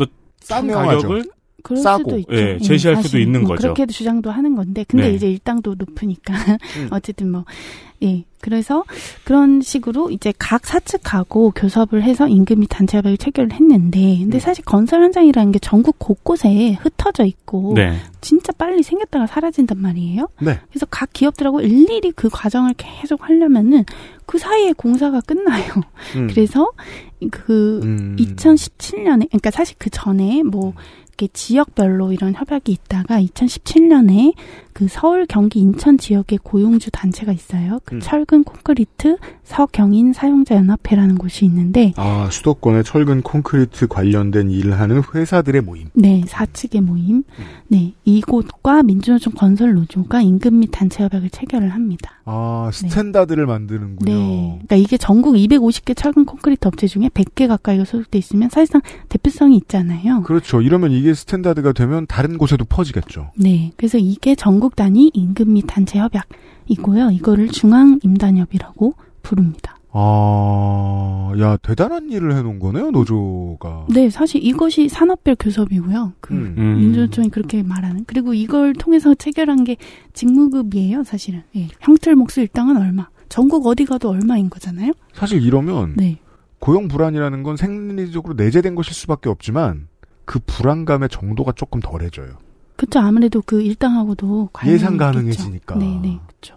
Speaker 11: 더
Speaker 2: 명하죠.
Speaker 11: 가격을
Speaker 10: 그럴
Speaker 11: 싸고,
Speaker 10: 수도 있죠.
Speaker 11: 예, 제시할 수도
Speaker 10: 사실
Speaker 11: 있는
Speaker 10: 뭐
Speaker 11: 거죠.
Speaker 10: 그렇게도 주장도 하는 건데, 근데
Speaker 11: 네. 음.
Speaker 10: 이제 일당도 높으니까 어쨌든 뭐, 예, 그래서 그런 식으로 이제 각 사측하고 교섭을 해서 임금 및 단체협약을 체결을 했는데,
Speaker 11: 음.
Speaker 10: 근데 사실 건설 현장이라는 게 전국 곳곳에 흩어져 있고,
Speaker 11: 네.
Speaker 10: 진짜 빨리 생겼다가 사라진단 말이에요.
Speaker 2: 네.
Speaker 10: 그래서 각 기업들하고 일일이 그 과정을 계속 하려면은 그 사이에 공사가 끝나요.
Speaker 2: 음.
Speaker 10: 그래서
Speaker 11: 음.
Speaker 10: 그 2017년에 그러니까 사실 그 전에
Speaker 2: 음.
Speaker 10: 뭐 이렇게 지역별로 이런 협약이 있다가 2017년에 그 서울, 경기, 인천 지역의 고용주 단체가 있어요. 그
Speaker 2: 음.
Speaker 10: 철근 콘크리트 서경인 사용자 연합회라는 곳이 있는데
Speaker 2: 아 수도권의 철근 콘크리트 관련된 일을 하는 회사들의 모임.
Speaker 10: 네, 사측의
Speaker 2: 음.
Speaker 10: 모임. 네, 이곳과 민주노총 건설노조가 임금 및 단체 협약을 체결을 합니다.
Speaker 2: 아 스탠다드를 만드는군요.
Speaker 10: 네. 그러니까 이게 전국 250개 철근 콘크리트 업체 중에 100개 가까이가 소속돼 있으면 사실상 대표성이 있잖아요.
Speaker 2: 그렇죠. 이러면 이게 스탠다드가 되면 다른 곳에도 퍼지겠죠.
Speaker 10: 네. 그래서 이게 전국 단위 임금 및 단체 협약이고요. 이거를 중앙 임단협이라고 부릅니다.
Speaker 2: 아, 야, 대단한 일을 해놓은 거네요, 노조가.
Speaker 10: 네, 사실 이것이 산업별 교섭이고요. 그
Speaker 2: 음.
Speaker 10: 민주노총이 그렇게 말하는. 그리고 이걸 통해서 체결한 게 직무급이에요, 사실은. 예. 형틀 목수 일당은 얼마. 전국 어디 가도 얼마인 거잖아요.
Speaker 2: 사실 이러면
Speaker 10: 네.
Speaker 2: 고용 불안이라는 건 생리적으로 내재된 것일 수밖에 없지만 그 불안감의 정도가 조금 덜해져요.
Speaker 10: 그렇죠. 아무래도 그 일당하고도 관련이
Speaker 2: 예상
Speaker 10: 있겠죠.
Speaker 2: 가능해지니까. 음.
Speaker 10: 네, 네, 그렇죠.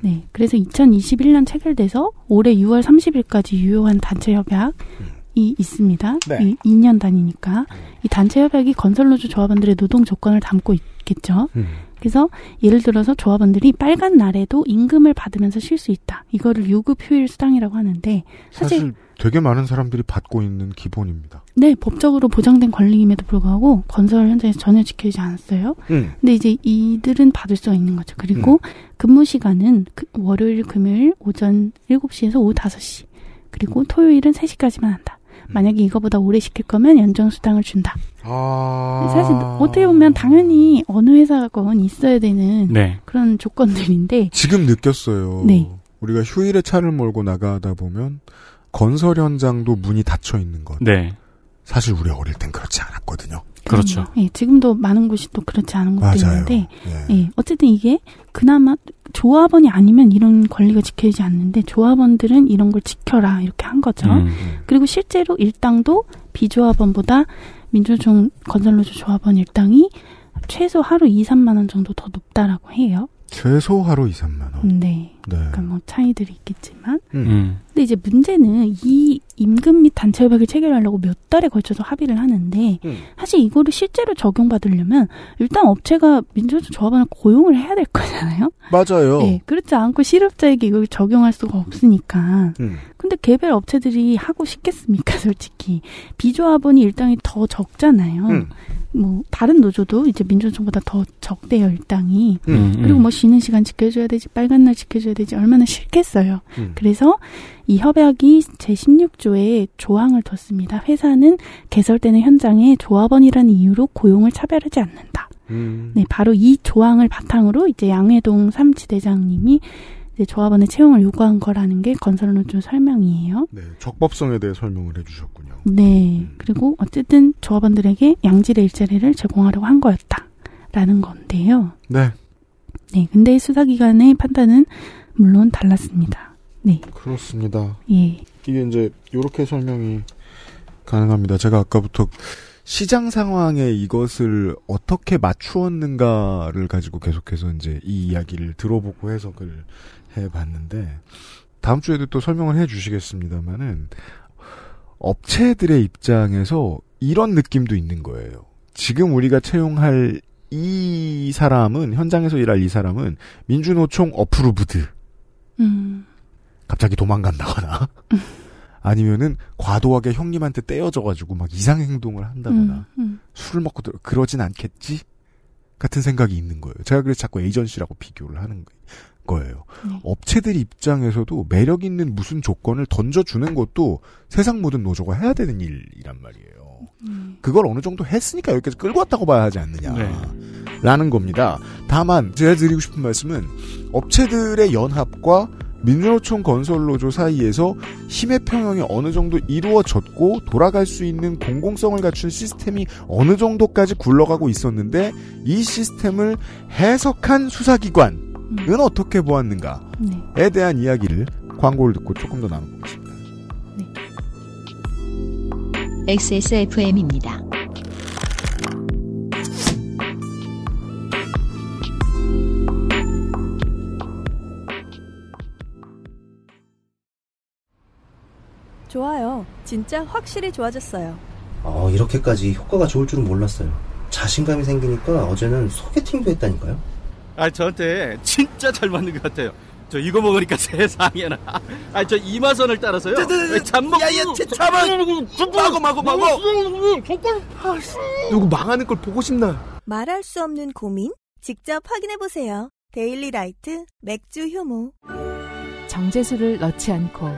Speaker 10: 네, 그래서 2021년 체결돼서 올해 6월 30일까지 유효한 단체 협약이 음. 있습니다.
Speaker 12: 네.
Speaker 10: 이 2년 단위니까 이 단체 협약이 건설노조 조합원들의 노동 조건을 담고 있겠죠.
Speaker 2: 음.
Speaker 10: 그래서 예를 들어서 조합원들이 빨간 날에도 임금을 받으면서 쉴 수 있다. 이거를 유급 휴일 수당이라고 하는데
Speaker 2: 사실,
Speaker 10: 사실,
Speaker 2: 되게 많은 사람들이 받고 있는 기본입니다.
Speaker 10: 네 법적으로 보장된 권리임에도 불구하고 건설 현장에서 전혀 지켜지지 않았어요.
Speaker 2: 음.
Speaker 10: 근데 이제 이들은 받을 수가 있는 거죠. 그리고 근무 시간은 그- 월요일, 금요일 오전 7시에서 오후 5시.
Speaker 2: 음.
Speaker 10: 그리고 토요일은 3시까지만 한다. 만약에 이거보다 오래 시킬 거면 연장 수당을 준다.
Speaker 2: 아.
Speaker 10: 사실 어떻게 보면 당연히 어느 회사건 있어야 되는
Speaker 2: 네.
Speaker 10: 그런 조건들인데
Speaker 2: 지금 느꼈어요.
Speaker 10: 네.
Speaker 2: 우리가 휴일에 차를 몰고 나가다 보면 건설 현장도 문이 닫혀 있는 것.
Speaker 11: 네.
Speaker 2: 사실 우리 어릴 땐 그렇지 않았거든요.
Speaker 11: 그렇죠.
Speaker 10: 예, 지금도 많은 곳이 또 그렇지 않은 곳도
Speaker 2: 맞아요. 네.
Speaker 10: 있는데, 예, 어쨌든 이게 그나마 조합원이 아니면 이런 권리가 지켜지지 않는데 조합원들은 이런 걸 지켜라 이렇게 한 거죠.
Speaker 2: 음.
Speaker 3: 음.
Speaker 10: 그리고 실제로 일당도 비조합원보다 민주노총 건설노조 조합원 일당이 최소 하루 2, 3만 원 정도 더 높다라고 해요.
Speaker 2: 최소 하루 2, 3만 원.
Speaker 10: 네.
Speaker 2: 네.
Speaker 10: 그러니까 뭐 차이들이 있겠지만
Speaker 2: 음.
Speaker 10: 근데 이제 문제는 이 임금 및 단체 협약을 체결하려고 몇 달에 걸쳐서 합의를 하는데 사실 이거를 실제로 적용받으려면 일단 업체가 민주노총 조합원을 고용을 해야 될 거잖아요.
Speaker 2: 맞아요.
Speaker 10: 예, 그렇지 않고 실업자에게 이걸 적용할 수가 없으니까.
Speaker 2: 음.
Speaker 10: 근데 개별 업체들이 하고 싶겠습니까, 솔직히. 비조합원이 일당이 더 적잖아요.
Speaker 12: 음.
Speaker 10: 뭐, 다른 노조도 이제 민주노총보다 더 적대요, 일당이.
Speaker 12: 음,
Speaker 10: 그리고
Speaker 12: 음.
Speaker 10: 뭐 쉬는 시간 지켜줘야 되지, 빨간 날 지켜줘야 되지, 얼마나 싫겠어요.
Speaker 12: 음.
Speaker 10: 그래서 이 협약이 제16조에 조항을 뒀습니다. 회사는 개설되는 현장에 조합원이라는 이유로 고용을 차별하지 않는다.
Speaker 2: 음.
Speaker 10: 네, 바로 이 조항을 바탕으로 이제 양회동 삼지대장님이 이제 조합원의 채용을 요구한 거라는 게 건설노조 설명이에요.
Speaker 2: 네, 적법성에 대해 설명을 해주셨군요.
Speaker 10: 네, 그리고 어쨌든 조합원들에게 양질의 일자리를 제공하려고 한 거였다라는 건데요.
Speaker 2: 네.
Speaker 10: 네, 근데 수사기관의 판단은 물론 달랐습니다. 네,
Speaker 2: 그렇습니다.
Speaker 10: 예,
Speaker 2: 이게 이제 이렇게 설명이 가능합니다. 제가 아까부터 시장 상황에 이것을 어떻게 맞추었는가를 가지고 계속해서 이제 이 이야기를 들어보고 해석을 해봤는데 다음 주에도 또 설명을 해주시겠습니다만은 업체들의 입장에서 이런 느낌도 있는 거예요. 지금 우리가 채용할 이 사람은 현장에서 일할 이 사람은 민주노총 어프루브드
Speaker 10: 음,
Speaker 2: 갑자기 도망간다거나 아니면은 과도하게 형님한테 떼어져가지고 막 이상 행동을 한다거나
Speaker 10: 음, 음.
Speaker 2: 술을 먹고 들어 그러진 않겠지 같은 생각이 있는 거예요. 제가 그래서 자꾸 에이전시라고 비교를 하는 거예요. 업체들 입장에서도 매력 있는 무슨 조건을 던져주는 것도 세상 모든 노조가 해야 되는 일이란 말이에요.
Speaker 10: 음,
Speaker 2: 그걸 어느 정도 했으니까 여기까지 끌고 왔다고 봐야 하지 않느냐라는 겁니다. 다만 제가 드리고 싶은 말씀은 업체들의 연합과 민주노총 건설노조 사이에서 힘의 평형이 어느 정도 이루어졌고 돌아갈 수 있는 공공성을 갖춘 시스템이 어느 정도까지 굴러가고 있었는데 이 시스템을 해석한 수사기관은 어떻게 보았는가
Speaker 10: 음. 네.
Speaker 2: 에 대한 이야기를 광고를 듣고 조금 더 나눠보겠습니다.
Speaker 1: XSFM입니다.
Speaker 8: 좋아요. 진짜 확실히 좋아졌어요.
Speaker 13: 어, 이렇게까지 효과가 좋을 줄은 몰랐어요. 자신감이 생기니까 어제는 소개팅도 했다니까요.
Speaker 14: 아 저한테 진짜 잘 맞는 것 같아요. 저 이거 먹으니까 세상에나. 아저 이마선을 따라서요. 잠먹. 야야 잠만. 마고 마고 마고.
Speaker 4: 누구 망하는 걸 보고 싶나?
Speaker 15: 말할 수 없는 고민? 직접 확인해보세요. 데일리 라이트 맥주 효모.
Speaker 16: 정제수를 넣지 않고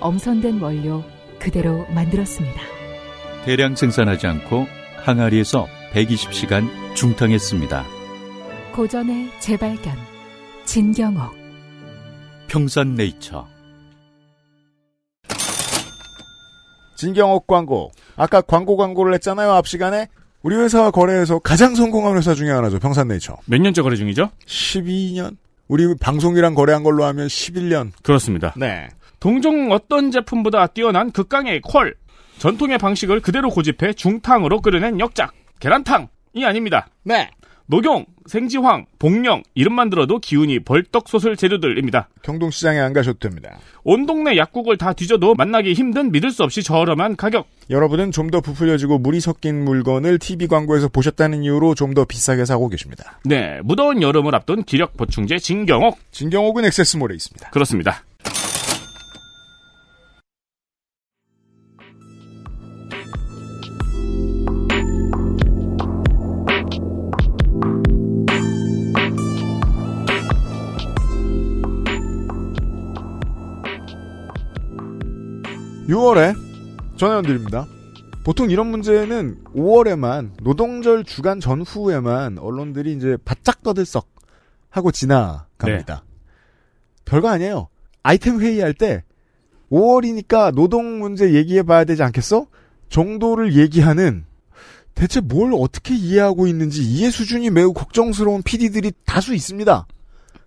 Speaker 16: 엄선된 원료 그대로 만들었습니다.
Speaker 17: 대량 생산하지 않고 항아리에서 120시간 중탕했습니다.
Speaker 16: 고전의 재발견 진경옥
Speaker 17: 평산네이처
Speaker 2: 진경옥 광고. 아까 광고 광고를 했잖아요. 앞 시간에 우리 회사와 거래해서 가장 성공한 회사 중에 하나죠. 평산네이처.
Speaker 3: 몇 년째 거래 중이죠?
Speaker 2: 12년. 우리 방송이랑 거래한 걸로 하면 11년.
Speaker 3: 그렇습니다.
Speaker 2: 네.
Speaker 3: 동종 어떤 제품보다 뛰어난 극강의 콜. 전통의 방식을 그대로 고집해 중탕으로 끓여낸 역작. 계란탕이 아닙니다.
Speaker 2: 네.
Speaker 3: 녹용, 생지황, 복령 이름만 들어도 기운이 벌떡 솟을 재료들입니다.
Speaker 2: 경동시장에 안 가셔도 됩니다.
Speaker 3: 온 동네 약국을 다 뒤져도 만나기 힘든 믿을 수 없이 저렴한 가격.
Speaker 2: 여러분은 좀 더 부풀려지고 물이 섞인 물건을 TV 광고에서 보셨다는 이유로 좀 더 비싸게 사고 계십니다.
Speaker 3: 네, 무더운 여름을 앞둔 기력 보충제 진경옥.
Speaker 2: 진경옥은 액세스몰에 있습니다.
Speaker 3: 그렇습니다.
Speaker 2: 유월에 전해드립니다. 보통 이런 문제는 5월에만 노동절 주간 전후에만 언론들이 이제 바짝 떠들썩 하고 지나갑니다.
Speaker 11: 네.
Speaker 2: 별거 아니에요. 아이템 회의할 때 5월이니까 노동 문제 얘기해 봐야 되지 않겠어? 정도를 얘기하는 대체 뭘 어떻게 이해하고 있는지 이해 수준이 매우 걱정스러운 PD들이 다수 있습니다.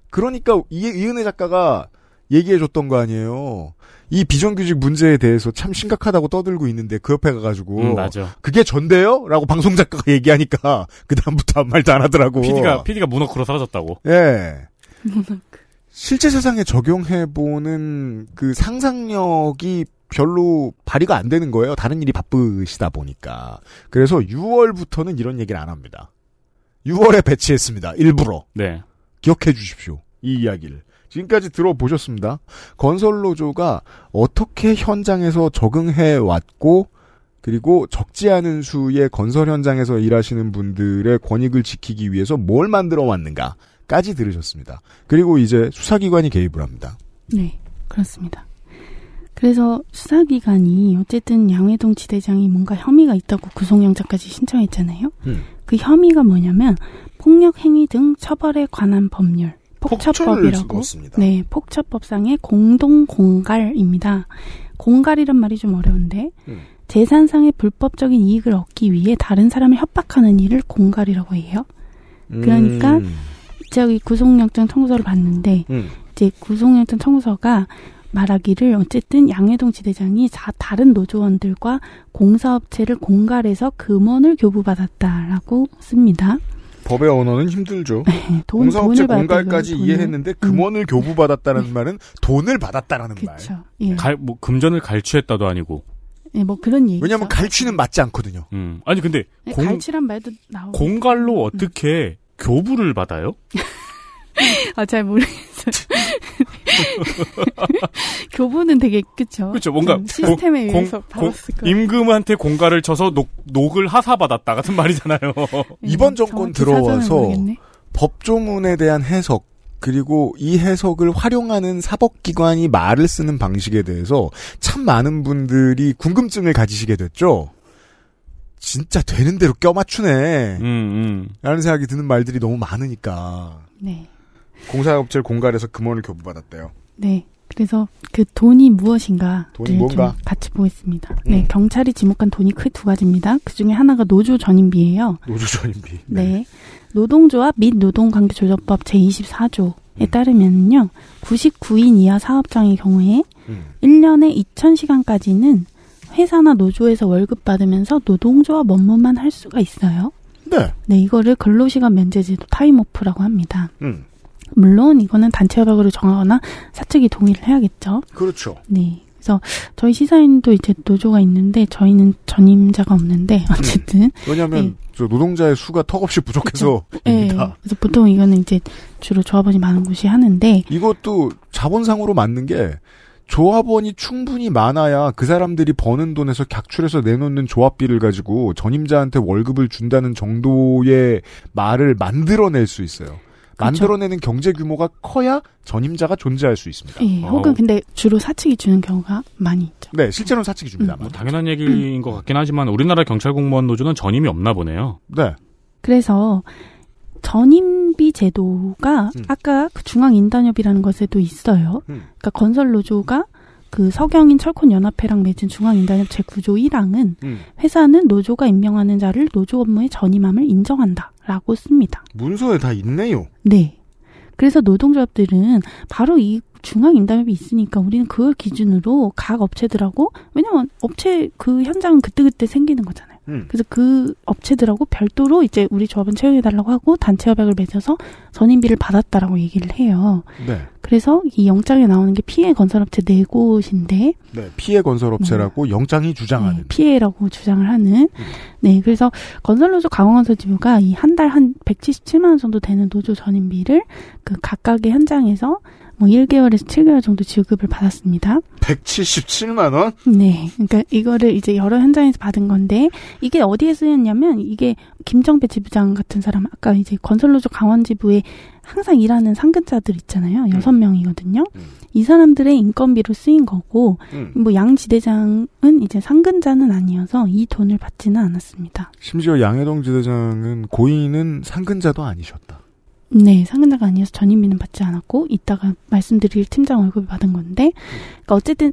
Speaker 2: 그러니까 이- 이은혜 작가가 얘기해 줬던 거 아니에요. 이 비정규직 문제에 대해서 참 심각하다고 떠들고 있는데 그 옆에 가가지고
Speaker 11: 음, 맞아.
Speaker 2: 그게 전데요? 라고 방송 작가가 얘기하니까 그 다음부터 아무 말도 안 하더라고.
Speaker 11: PD가 PD가 문어크로 사라졌다고.
Speaker 2: 예. 실제 세상에 적용해보는 그 상상력이 별로 발휘가 안 되는 거예요. 다른 일이 바쁘시다 보니까. 그래서 6월부터는 이런 얘기를 안 합니다. 6월에 배치했습니다. 일부러.
Speaker 11: 네.
Speaker 2: 기억해 주십시오. 이 이야기를. 지금까지 들어보셨습니다. 건설노조가 어떻게 현장에서 적응해 왔고, 그리고 적지 않은 수의 건설 현장에서 일하시는 분들의 권익을 지키기 위해서 뭘 만들어 왔는가까지 들으셨습니다. 그리고 이제 수사기관이 개입을 합니다.
Speaker 10: 네, 그렇습니다. 그래서 수사기관이 어쨌든 양회동 지대장이 뭔가 혐의가 있다고 구속영장까지 신청했잖아요. 그 혐의가 뭐냐면 폭력 행위 등 처벌에 관한 법률 폭처법이라고 네 폭처법상의 공동 공갈입니다. 공갈이란 말이 좀 어려운데 재산상의 불법적인 이익을 얻기 위해 다른 사람을 협박하는 일을 공갈이라고 해요.
Speaker 4: 음.
Speaker 10: 그러니까 저기 구속영장 청구서를 봤는데
Speaker 2: 음.
Speaker 10: 이제 구속영장 청구서가 말하기를 어쨌든 양해동 지대장이 자- 다른 노조원들과 공사업체를 공갈해서 금원을 교부받았다라고 씁니다.
Speaker 2: 법의 언어는 힘들죠.
Speaker 10: 아, 돈-
Speaker 2: 공사업체
Speaker 10: 돈을 받아서
Speaker 2: 공갈까지
Speaker 10: 돈을- 음. 네.
Speaker 2: 이해했는데 금원을 교부받았다라는 말은 돈을 받았다라는 말.
Speaker 10: 예,
Speaker 11: 갈, 뭐 금전을 갈취했다도 아니고.
Speaker 10: 예, 뭐 그런 얘기.
Speaker 2: 왜냐하면 갈취는 맞지 않거든요.
Speaker 11: 음. 아니 근데
Speaker 10: 네,
Speaker 11: 공,
Speaker 10: 갈취란 말도 나오고.
Speaker 11: 공갈로 어떻게 교부를 받아요?
Speaker 10: 아, 잘 모르겠어요. 교부는 되게 그쵸.
Speaker 11: 그렇죠. 뭔가
Speaker 10: 좀 시스템에
Speaker 11: 공-
Speaker 10: 의해서
Speaker 11: 공-
Speaker 10: 받았을
Speaker 11: 공-
Speaker 10: 거예요.
Speaker 11: 임금한테 공갈을 쳐서 녹, 녹을 하사받았다 같은 말이잖아요.
Speaker 10: 예,
Speaker 2: 이번 정권 들어와서 법조문에 대한 해석 그리고 이 해석을 활용하는 사법기관이 말을 쓰는 방식에 대해서 참 많은 분들이 궁금증을 가지시게 됐죠. 진짜 되는 대로 껴맞추네.
Speaker 11: 음,
Speaker 2: 라는 생각이 드는 말들이 너무 많으니까.
Speaker 10: 네.
Speaker 2: 공사업체를 공갈해서 금원을 교부받았대요.
Speaker 10: 네. 그래서 그 돈이 무엇인가를
Speaker 2: 돈이 뭔가? 음.
Speaker 10: 좀 같이 보겠습니다. 네, 경찰이 지목한 돈이 크게 두 가지입니다. 그 중에 하나가 노조 전임비예요.
Speaker 2: 노조 전임비.
Speaker 10: 네. 노동조합 및 노동관계조정법 제24조에
Speaker 2: 음.
Speaker 10: 따르면요. 99인 이하 사업장의 경우에
Speaker 2: 음.
Speaker 10: 1년에 2,000시간까지는 회사나 노조에서 월급 받으면서 노동조합 업무만 할 수가 있어요.
Speaker 2: 네.
Speaker 10: 네, 이거를 근로시간 면제제도 타임오프라고 합니다.
Speaker 2: 음.
Speaker 10: 물론 이거는 단체 협약으로 정하거나 사측이 동의를 해야겠죠.
Speaker 2: 그렇죠.
Speaker 10: 네. 그래서 저희 시사인도 이제 노조가 있는데 저희는 전임자가 없는데 어쨌든
Speaker 2: 왜냐하면 저 노동자의 수가 턱없이 부족해서
Speaker 10: 예. 네. 그래서 보통 이거는 이제 주로 조합원이 많은 곳이 하는데
Speaker 2: 이것도 자본상으로 맞는 게 조합원이 충분히 많아야 그 사람들이 버는 돈에서 객출해서 내놓는 조합비를 가지고 전임자한테 월급을 준다는 정도의 말을 만들어낼 수 있어요. 만들어내는 경제 규모가 커야 전임자가 존재할 수 있습니다.
Speaker 10: 예, 혹은 근데 주로 사측이 주는 경우가 많이 있죠.
Speaker 2: 네, 실제로는 사측이 줍니다.
Speaker 11: 뭐 당연한 얘기인 것 같긴 하지만 우리나라 경찰 공무원 노조는 전임이 없나 보네요.
Speaker 2: 네.
Speaker 10: 그래서 전임비 제도가 아까 그 중앙인단협이라는 것에도 있어요. 그러니까 건설 노조가 그 서경인 철콘연합회랑 맺은 중앙인단협 제9조 1항은
Speaker 2: 음.
Speaker 10: 회사는 노조가 임명하는 자를 노조 업무에 전임함을 인정한다라고 씁니다.
Speaker 2: 문서에 다 있네요.
Speaker 10: 네. 그래서 노동조합들은 바로 이 중앙인단협이 있으니까 우리는 그걸 기준으로 각 업체들하고 왜냐면 업체 그 현장은 그때그때 생기는 거잖아요.
Speaker 2: 음.
Speaker 10: 그래서 그 업체들하고 별도로 이제 우리 조합은 채용해달라고 하고 단체 협약을 맺어서 전임비를 받았다라고 얘기를 해요.
Speaker 2: 네.
Speaker 10: 그래서 이 영장에 나오는 게 피해 건설업체 네 곳인데
Speaker 2: 네. 피해 건설업체라고 영장이 주장하는.
Speaker 10: 네, 음.
Speaker 2: 음.
Speaker 10: 피해라고 주장을 하는 네 그래서 건설노조 강원건설지부가 이 한 달 한 177만 원 정도 되는 노조 전임비를 그 각각의 현장에서 뭐 1개월에서 7개월 정도 지급을 받았습니다.
Speaker 2: 177만 원?
Speaker 10: 네. 그러니까 이거를 이제 여러 현장에서 받은 건데 이게 어디에 쓰였냐면 이게 김정배 지부장 같은 사람 아까 이제 건설노조 강원지부에 항상 일하는 상근자들 있잖아요.
Speaker 2: 음.
Speaker 10: 여섯 명이거든요. 이 사람들의 인건비로 쓰인 거고
Speaker 2: 음.
Speaker 10: 뭐 양 지대장은 이제 상근자는 아니어서 이 돈을 받지는 않았습니다.
Speaker 2: 심지어 양해동 지대장은 고인은 상근자도 아니셨다.
Speaker 10: 네, 상근자가 아니어서 전임비는 받지 않았고 이따가 말씀드릴 팀장 월급을 받은 건데 그러니까 어쨌든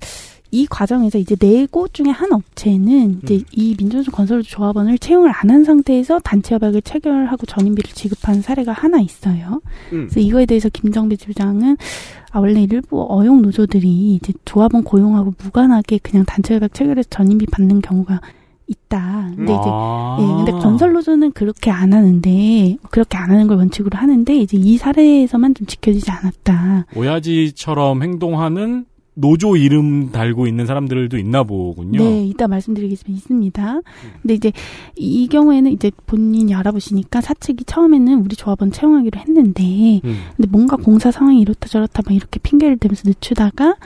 Speaker 10: 이 과정에서 이제 네 곳 중에 한 업체는
Speaker 12: 음.
Speaker 10: 이제 이 민주노총 건설 조합원을 채용을 안 한 상태에서 단체 협약을 체결하고 전임비를 지급한 사례가 하나 있어요.
Speaker 12: 음.
Speaker 10: 그래서 이거에 대해서 김정배 지부장은 아, 원래 일부 어용 노조들이 이제 조합원 고용하고 무관하게 그냥 단체 협약 체결해서 전임비 받는 경우가 있다.
Speaker 11: 네,
Speaker 10: 근데 이제
Speaker 12: 아.
Speaker 10: 예, 근데 건설 노조는 그렇게 안 하는데 그렇게 안 하는 걸 원칙으로 하는데 이제 이 사례에서만 좀 지켜지지 않았다.
Speaker 11: 오야지처럼 행동하는 노조 이름 달고 있는 사람들도 있나 보군요.
Speaker 10: 네, 이따 말씀드리겠지만 있습니다. 근데 이제 이, 이 경우에는 이제 본인이 알아보시니까 사측이 처음에는 우리 조합원 채용하기로 했는데
Speaker 12: 음.
Speaker 10: 근데 뭔가 공사 상황이 이렇다 저렇다 막 이렇게 핑계를 대면서 늦추다가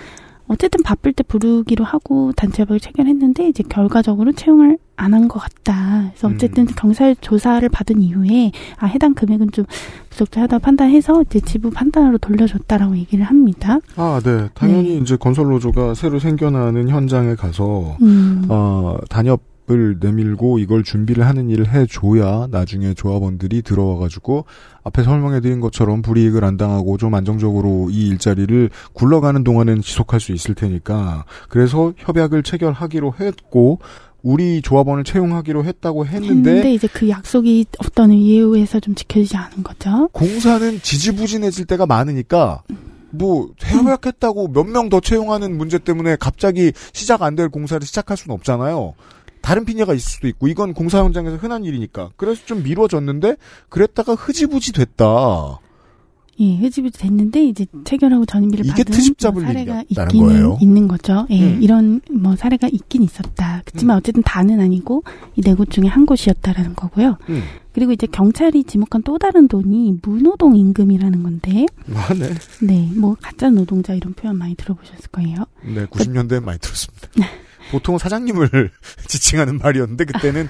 Speaker 10: 어쨌든 바쁠 때 부르기로 하고 단체협약을 체결했는데 이제 결과적으로 채용을 안 한 것 같다. 그래서 어쨌든 경찰 조사를 받은 이후에 아 해당 금액은 좀 부적절하다 판단해서 이제 지부 판단으로 돌려줬다라고 얘기를 합니다.
Speaker 2: 아, 네. 당연히 이제 건설노조가 새로 생겨나는 현장에 가서,
Speaker 10: 음.
Speaker 2: 어, 단협을 내밀고 이걸 준비를 하는 일을 해줘야 나중에 조합원들이 들어와가지고 앞에 설명해드린 것처럼 불이익을 안 당하고 좀 안정적으로 이 일자리를 굴러가는 동안은 지속할 수 있을 테니까. 그래서 협약을 체결하기로 했고, 우리 조합원을 채용하기로 했다고
Speaker 10: 근데
Speaker 2: 했는데,
Speaker 10: 이제 그 약속이 어떤 이유에서 좀 지켜지지 않은 거죠.
Speaker 2: 공사는 지지부진해질 때가 많으니까 뭐 협약했다고 몇 명 더 채용하는 문제 때문에 갑자기 시작 안 될 공사를 시작할 수는 없잖아요. 다른 핑계가 있을 수도 있고 이건 공사 현장에서 흔한 일이니까 그래서 좀 미뤄졌는데 그랬다가 흐지부지 됐다.
Speaker 10: 예, 흐지부지 됐는데 이제 체결하고 전임비를
Speaker 2: 음. 이게
Speaker 10: 받은
Speaker 2: 트집 잡을
Speaker 10: 뭐 사례가
Speaker 2: 일이었다는
Speaker 10: 있기는
Speaker 2: 거예요.
Speaker 10: 있는 거죠. 예,
Speaker 2: 음.
Speaker 10: 이런 뭐 사례가 있긴 있었다. 그렇지만 어쨌든 다는 아니고 이 네 곳 중에 한 곳이었다라는 거고요.
Speaker 2: 음.
Speaker 10: 그리고 이제 경찰이 지목한 또 다른 돈이 무노동 임금이라는 건데,
Speaker 2: 네.
Speaker 10: 네, 뭐 가짜 노동자 이런 표현 많이 들어보셨을 거예요.
Speaker 2: 네, 90년대에 많이 들었습니다. 보통 사장님을 지칭하는 말이었는데 그때는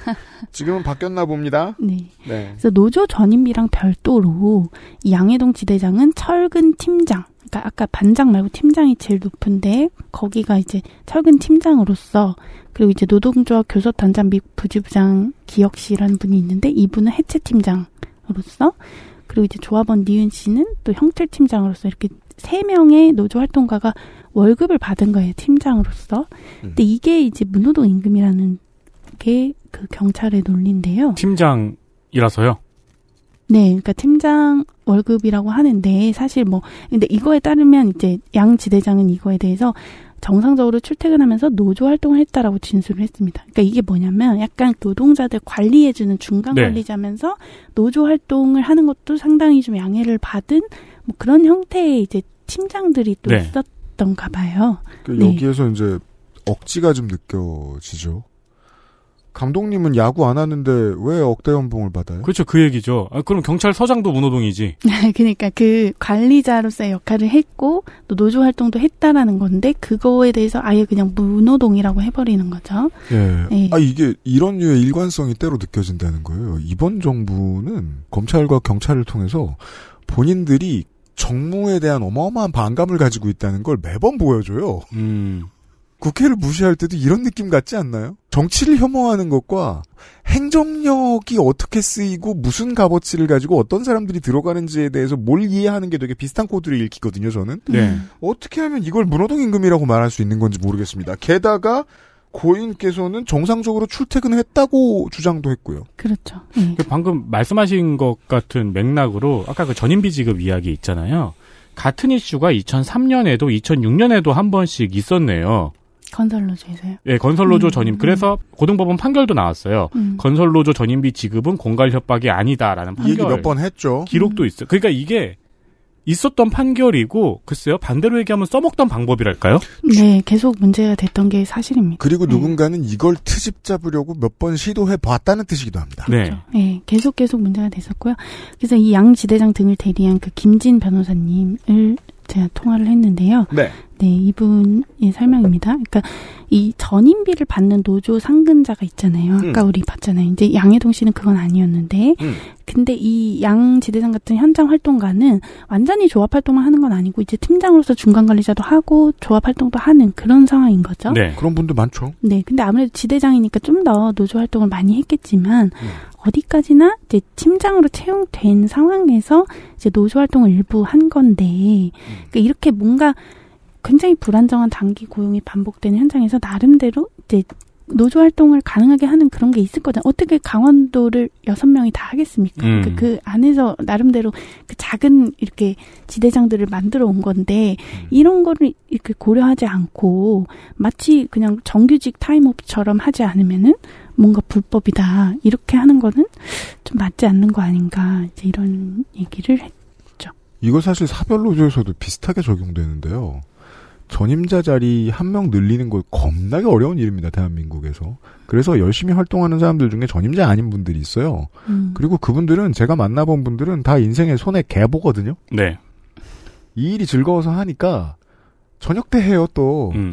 Speaker 2: 지금은 바뀌었나 봅니다.
Speaker 10: 네.
Speaker 2: 네.
Speaker 10: 그래서 노조 전임비랑 별도로 이 양해동 지대장은 철근 팀장, 그러니까 아까 반장 말고 팀장이 제일 높은데 거기가 이제 철근 팀장으로서 그리고 이제 노동조합 교섭단장 및 부지부장 기혁 씨라는 분이 있는데 이분은 해체 팀장으로서 그리고 이제 조합원 니은 씨는 또 형틀 팀장으로서 이렇게 세 명의 노조 활동가가 월급을 받은 거예요 팀장으로서. 근데 이게 이제 문노동 임금이라는 게 그 경찰의 논리인데요.
Speaker 11: 팀장이라서요.
Speaker 10: 네, 그러니까 팀장 월급이라고 하는데 사실 뭐 근데 이거에 따르면 이제 양 지대장은 이거에 대해서 정상적으로 출퇴근하면서 노조 활동을 했다라고 진술을 했습니다. 그러니까 이게 뭐냐면 약간 노동자들 관리해주는 중간
Speaker 12: 네.
Speaker 10: 관리자면서 노조 활동을 하는 것도 상당히 좀 양해를 받은 뭐 그런 형태의 이제 팀장들이 또
Speaker 2: 네.
Speaker 10: 있었던가 봐요.
Speaker 2: 그 여기에서 이제 억지가 좀 느껴지죠. 감독님은 야구 안 하는데 왜 억대 연봉을 받아요?
Speaker 11: 그렇죠. 그 얘기죠. 아, 그럼 경찰서장도 문호동이지.
Speaker 10: 그러니까 그 관리자로서의 역할을 했고 또 노조 활동도 했다라는 건데 그거에 대해서 아예 그냥 무노동이라고 해버리는 거죠.
Speaker 2: 예.
Speaker 10: 예.
Speaker 2: 아 이게 이런 류의 일관성이 때로 느껴진다는 거예요. 이번 정부는 검찰과 경찰을 통해서 본인들이 정무에 대한 어마어마한 반감을 가지고 있다는 걸 매번 보여줘요.
Speaker 11: 음.
Speaker 2: 국회를 무시할 때도 이런 느낌 같지 않나요? 정치를 혐오하는 것과 행정력이 어떻게 쓰이고 무슨 값어치를 가지고 어떤 사람들이 들어가는지에 대해서 뭘 이해하는 게 되게 비슷한 코드를 읽히거든요, 저는.
Speaker 11: 네.
Speaker 10: 음,
Speaker 2: 어떻게 하면 이걸 문호동 임금이라고 말할 수 있는 건지 모르겠습니다. 게다가 고인께서는 정상적으로 출퇴근했다고 주장도 했고요.
Speaker 10: 그렇죠.
Speaker 11: 그 방금 말씀하신 것 같은 맥락으로 아까 그 전임비 지급 이야기 있잖아요. 같은 이슈가 2003년에도 2006년에도 한 번씩 있었네요.
Speaker 10: 건설로조에서요.
Speaker 11: 예, 건설노조
Speaker 10: 음,
Speaker 11: 전임. 그래서 고등법원 판결도 나왔어요.
Speaker 10: 음.
Speaker 11: 건설노조 전임비 지급은 공갈 협박이 아니다라는
Speaker 2: 이 얘기
Speaker 11: 판결.
Speaker 2: 몇 번 했죠.
Speaker 10: 음.
Speaker 11: 기록도 있어요. 그러니까 이게 있었던 판결이고 글쎄요 반대로 얘기하면 써먹던 방법이랄까요?
Speaker 10: 네, 계속 문제가 됐던 게 사실입니다.
Speaker 2: 그리고 누군가는 이걸 트집 잡으려고 몇 번 시도해 봤다는 뜻이기도 합니다.
Speaker 11: 네.
Speaker 10: 네, 계속 계속 문제가 됐었고요. 그래서 이 양 지대장 등을 대리한 그 김진 변호사님을 제가 통화를 했는데요.
Speaker 2: 네.
Speaker 10: 네, 이분의 설명입니다. 그러니까 이 전임비를 받는 노조 상근자가 있잖아요. 아까
Speaker 12: 음.
Speaker 10: 우리 봤잖아요. 이제 양해동 씨는 그건 아니었는데,
Speaker 12: 음.
Speaker 10: 근데 이 양 지대장 같은 현장 활동가는 완전히 조합 활동만 하는 건 아니고 이제 팀장으로서 중간 관리자도 하고 조합 활동도 하는 그런 상황인 거죠.
Speaker 12: 네.
Speaker 2: 그런 분들 많죠.
Speaker 10: 네, 근데 아무래도 지대장이니까 좀 더 노조 활동을 많이 했겠지만 어디까지나 이제 팀장으로 채용된 상황에서 이제 노조 활동을 일부 한 건데 그러니까 이렇게 뭔가 굉장히 불안정한 단기 고용이 반복되는 현장에서 나름대로 이제 노조 활동을 가능하게 하는 그런 게 있을 거잖아요. 어떻게 강원도를 여섯 명이 다 하겠습니까?
Speaker 12: 음.
Speaker 10: 그, 그 안에서 나름대로 그 작은 이렇게 지대장들을 만들어 온 건데 이런 거를 이렇게 고려하지 않고 마치 그냥 정규직 타임업처럼 하지 않으면은 뭔가 불법이다 이렇게 하는 거는 좀 맞지 않는 거 아닌가 이제 이런 얘기를 했.
Speaker 2: 이거 사실 사별노조에서도 비슷하게 적용되는데요. 전임자 자리 한 명 늘리는 거 겁나게 어려운 일입니다, 대한민국에서. 그래서 열심히 활동하는 사람들 중에 전임자 아닌 분들이 있어요.
Speaker 10: 음.
Speaker 2: 그리고 그분들은 제가 만나본 분들은 다 인생의 손에 개보거든요.
Speaker 11: 네.
Speaker 2: 이 일이 즐거워서 하니까 저녁 때 해요 또.
Speaker 11: 음.
Speaker 3: 음.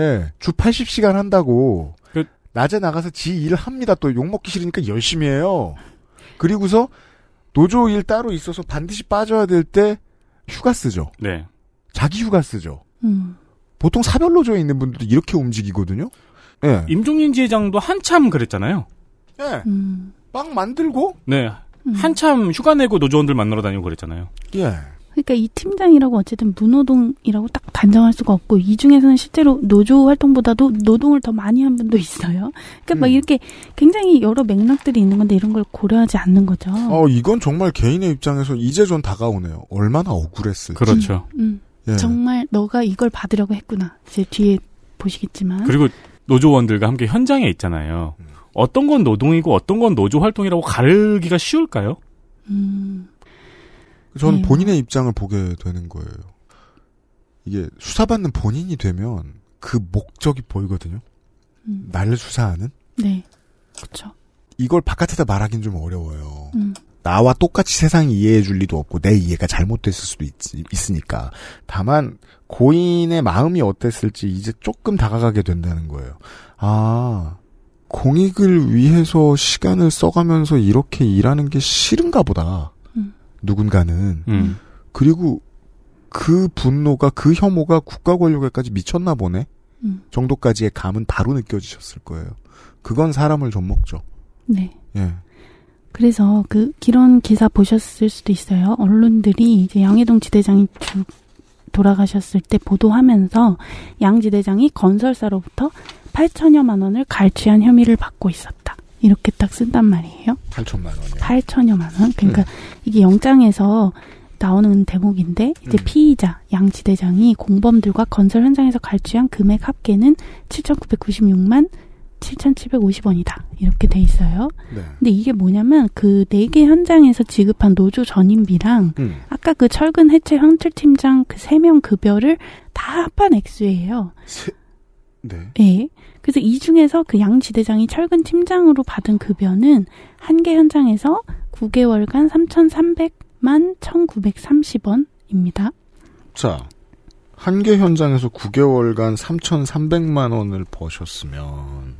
Speaker 2: 예, 주 80시간 한다고 낮에 나가서 지 일 합니다. 또 욕 먹기 싫으니까 열심히 해요. 그리고서 노조 일 따로 있어서 반드시 빠져야 될 때 휴가 쓰죠.
Speaker 11: 네.
Speaker 2: 자기 휴가 쓰죠.
Speaker 10: 음.
Speaker 2: 보통 사별 노조에 있는 분들도 이렇게 움직이거든요. 예.
Speaker 11: 임종민 지회장도 한참 그랬잖아요.
Speaker 2: 예.
Speaker 10: 음,
Speaker 2: 빵 만들고
Speaker 11: 네. 한참 휴가 내고 노조원들 만나러 다니고 그랬잖아요.
Speaker 2: 예.
Speaker 10: 그러니까 이 팀장이라고 어쨌든 문노동이라고 딱 단정할 수가 없고 이 중에서는 실제로 노조 활동보다도 노동을 더 많이 한 분도 있어요. 그러니까
Speaker 11: 음.
Speaker 10: 막 이렇게 굉장히 여러 맥락들이 있는 건데 이런 걸 고려하지 않는 거죠.
Speaker 11: 음.
Speaker 10: 음,
Speaker 2: 어, 이건 정말 개인의 입장에서 이제 전 다가오네요. 얼마나 억울했을지.
Speaker 11: 그렇죠.
Speaker 10: 음,
Speaker 2: 예.
Speaker 10: 정말 너가 이걸 받으려고 했구나. 이제 뒤에 보시겠지만.
Speaker 11: 그리고 노조원들과 함께 현장에 있잖아요.
Speaker 10: 음.
Speaker 11: 어떤 건 노동이고 어떤 건 노조 활동이라고 가르기가 쉬울까요? 음.
Speaker 10: 음,
Speaker 2: 저는 본인의 입장을 보게 되는 거예요. 이게 수사받는 본인이 되면 그 목적이 보이거든요.
Speaker 10: 음.
Speaker 2: 나를 수사하는
Speaker 10: 네, 그렇죠.
Speaker 2: 이걸 바깥에다 말하긴 좀 어려워요.
Speaker 10: 음.
Speaker 2: 나와 똑같이 세상 이해해 줄 리도 없고 내 이해가 잘못됐을 수도 있, 으니까 다만 고인의 마음이 어땠을지 이제 조금 다가가게 된다는 거예요. 아 공익을 위해서 시간을 써가면서 이렇게 일하는 게 싫은가 보다.
Speaker 10: 음.
Speaker 2: 누군가는
Speaker 11: 음.
Speaker 2: 그리고 그 분노가 그 혐오가 국가 권력에까지 미쳤나 보네
Speaker 10: 음.
Speaker 2: 정도까지의 감은 바로 느껴지셨을 거예요. 그건 사람을 좀먹죠.
Speaker 10: 네.
Speaker 2: 예.
Speaker 10: 그래서 그 이런 기사 보셨을 수도 있어요. 언론들이 이제 양해동 지대장이 죽 돌아가셨을 때 보도하면서 양 지대장이 건설사로부터 8천여만 원을 갈취한 혐의를 받고 있었다. 이렇게 딱 쓴단 말이에요.
Speaker 2: 8천만 원이요.
Speaker 10: 8천여만 원. 그러니까 이게 영장에서 나오는 대목인데 이제
Speaker 12: 음.
Speaker 10: 피의자 양 지대장이 공범들과 건설 현장에서 갈취한 금액 합계는 7,996만 7,750원이다. 이렇게 돼 있어요.
Speaker 12: 네.
Speaker 10: 근데 이게 뭐냐면 그 네 개 현장에서 지급한 노조 전임비랑
Speaker 12: 음.
Speaker 10: 아까 그 철근 해체 현출 팀장 그 세 명 급여를 다 합한 액수예요.
Speaker 2: 네.
Speaker 10: 예. 그래서 이 중에서 그 양 지대장이 철근 팀장으로 받은 급여는 한 개 현장에서 9개월간 3,300만 1,930원입니다.
Speaker 2: 자, 한 개 현장에서 9개월간 3,300만 원을 버셨으면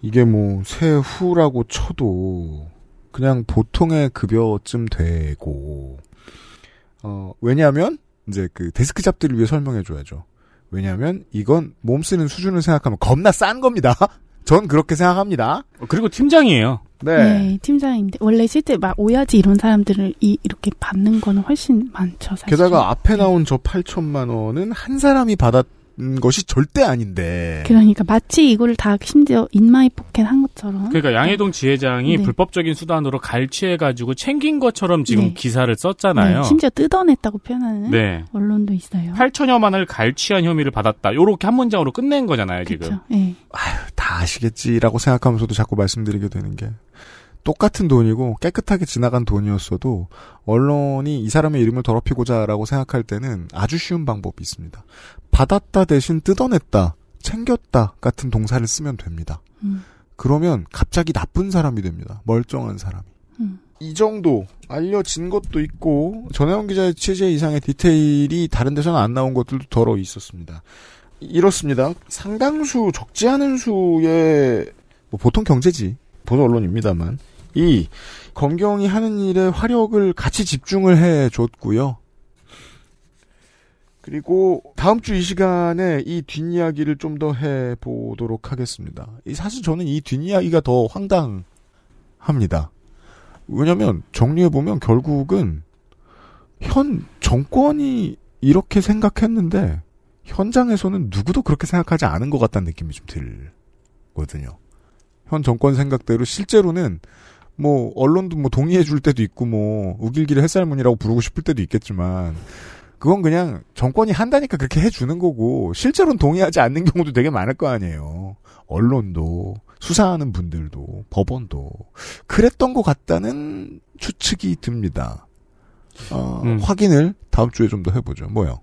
Speaker 2: 이게 뭐 세후라고 쳐도 그냥 보통의 급여쯤 되고 어, 왜냐하면 이제 그 데스크 잡들을 위해 설명해 줘야죠. 왜냐하면 이건 몸 쓰는 수준을 생각하면 겁나 싼 겁니다. 전 그렇게 생각합니다.
Speaker 3: 그리고 팀장이에요.
Speaker 10: 네, 팀장인데 원래 실제 막 오야지 이런 사람들을 이, 이렇게 받는 거는 훨씬 많죠. 사실.
Speaker 2: 게다가 앞에 나온 저 8천만 원은 한 사람이 받았던 음, 것이 절대 아닌데.
Speaker 10: 그러니까 마치 이거를 다 심지어 인마이 포켓 한 것처럼.
Speaker 11: 그러니까 양해동 지회장이
Speaker 10: 네.
Speaker 11: 불법적인 수단으로 갈취해가지고 챙긴 것처럼 지금
Speaker 10: 네.
Speaker 11: 기사를 썼잖아요.
Speaker 10: 네, 심지어 뜯어냈다고 표현하는
Speaker 11: 네.
Speaker 10: 언론도 있어요.
Speaker 11: 8천여만을 갈취한 혐의를 받았다. 요렇게 한 문장으로 끝낸 거잖아요, 지금.
Speaker 10: 네.
Speaker 2: 다 아시겠지라고 생각하면서도 자꾸 말씀드리게 되는 게 똑같은 돈이고 깨끗하게 지나간 돈이었어도 언론이 이 사람의 이름을 더럽히고자라고 생각할 때는 아주 쉬운 방법이 있습니다. 받았다 대신 뜯어냈다, 챙겼다 같은 동사를 쓰면 됩니다.
Speaker 10: 음.
Speaker 2: 그러면 갑자기 나쁜 사람이 됩니다. 멀쩡한 사람이.
Speaker 10: 음.
Speaker 2: 이 정도 알려진 것도 있고 전혜원 기자의 취재 이상의 디테일이 다른 데서는 안 나온 것들도 더러 있었습니다. 이렇습니다. 상당수 적지 않은 수의 뭐 보통 경제지 보도 언론입니다만 이 검경이 하는 일에 화력을 같이 집중을 해줬고요. 그리고 다음 주 이 시간에 이 뒷이야기를 좀 더 해보도록 하겠습니다. 이 사실 저는 이 뒷이야기가 더 황당합니다. 왜냐하면 정리해보면 결국은 현 정권이 이렇게 생각했는데 현장에서는 누구도 그렇게 생각하지 않은 것 같다는 느낌이 좀 들거든요. 현 정권 생각대로 실제로는 뭐 언론도 뭐 동의해 줄 때도 있고 뭐 우길기를 햇살문이라고 부르고 싶을 때도 있겠지만 그건 그냥 정권이 한다니까 그렇게 해주는 거고 실제로는 동의하지 않는 경우도 되게 많을 거 아니에요. 언론도 수사하는 분들도 법원도 그랬던 것 같다는 추측이 듭니다. 어,
Speaker 11: 음.
Speaker 2: 확인을 다음 주에 좀 더 해보죠. 뭐요?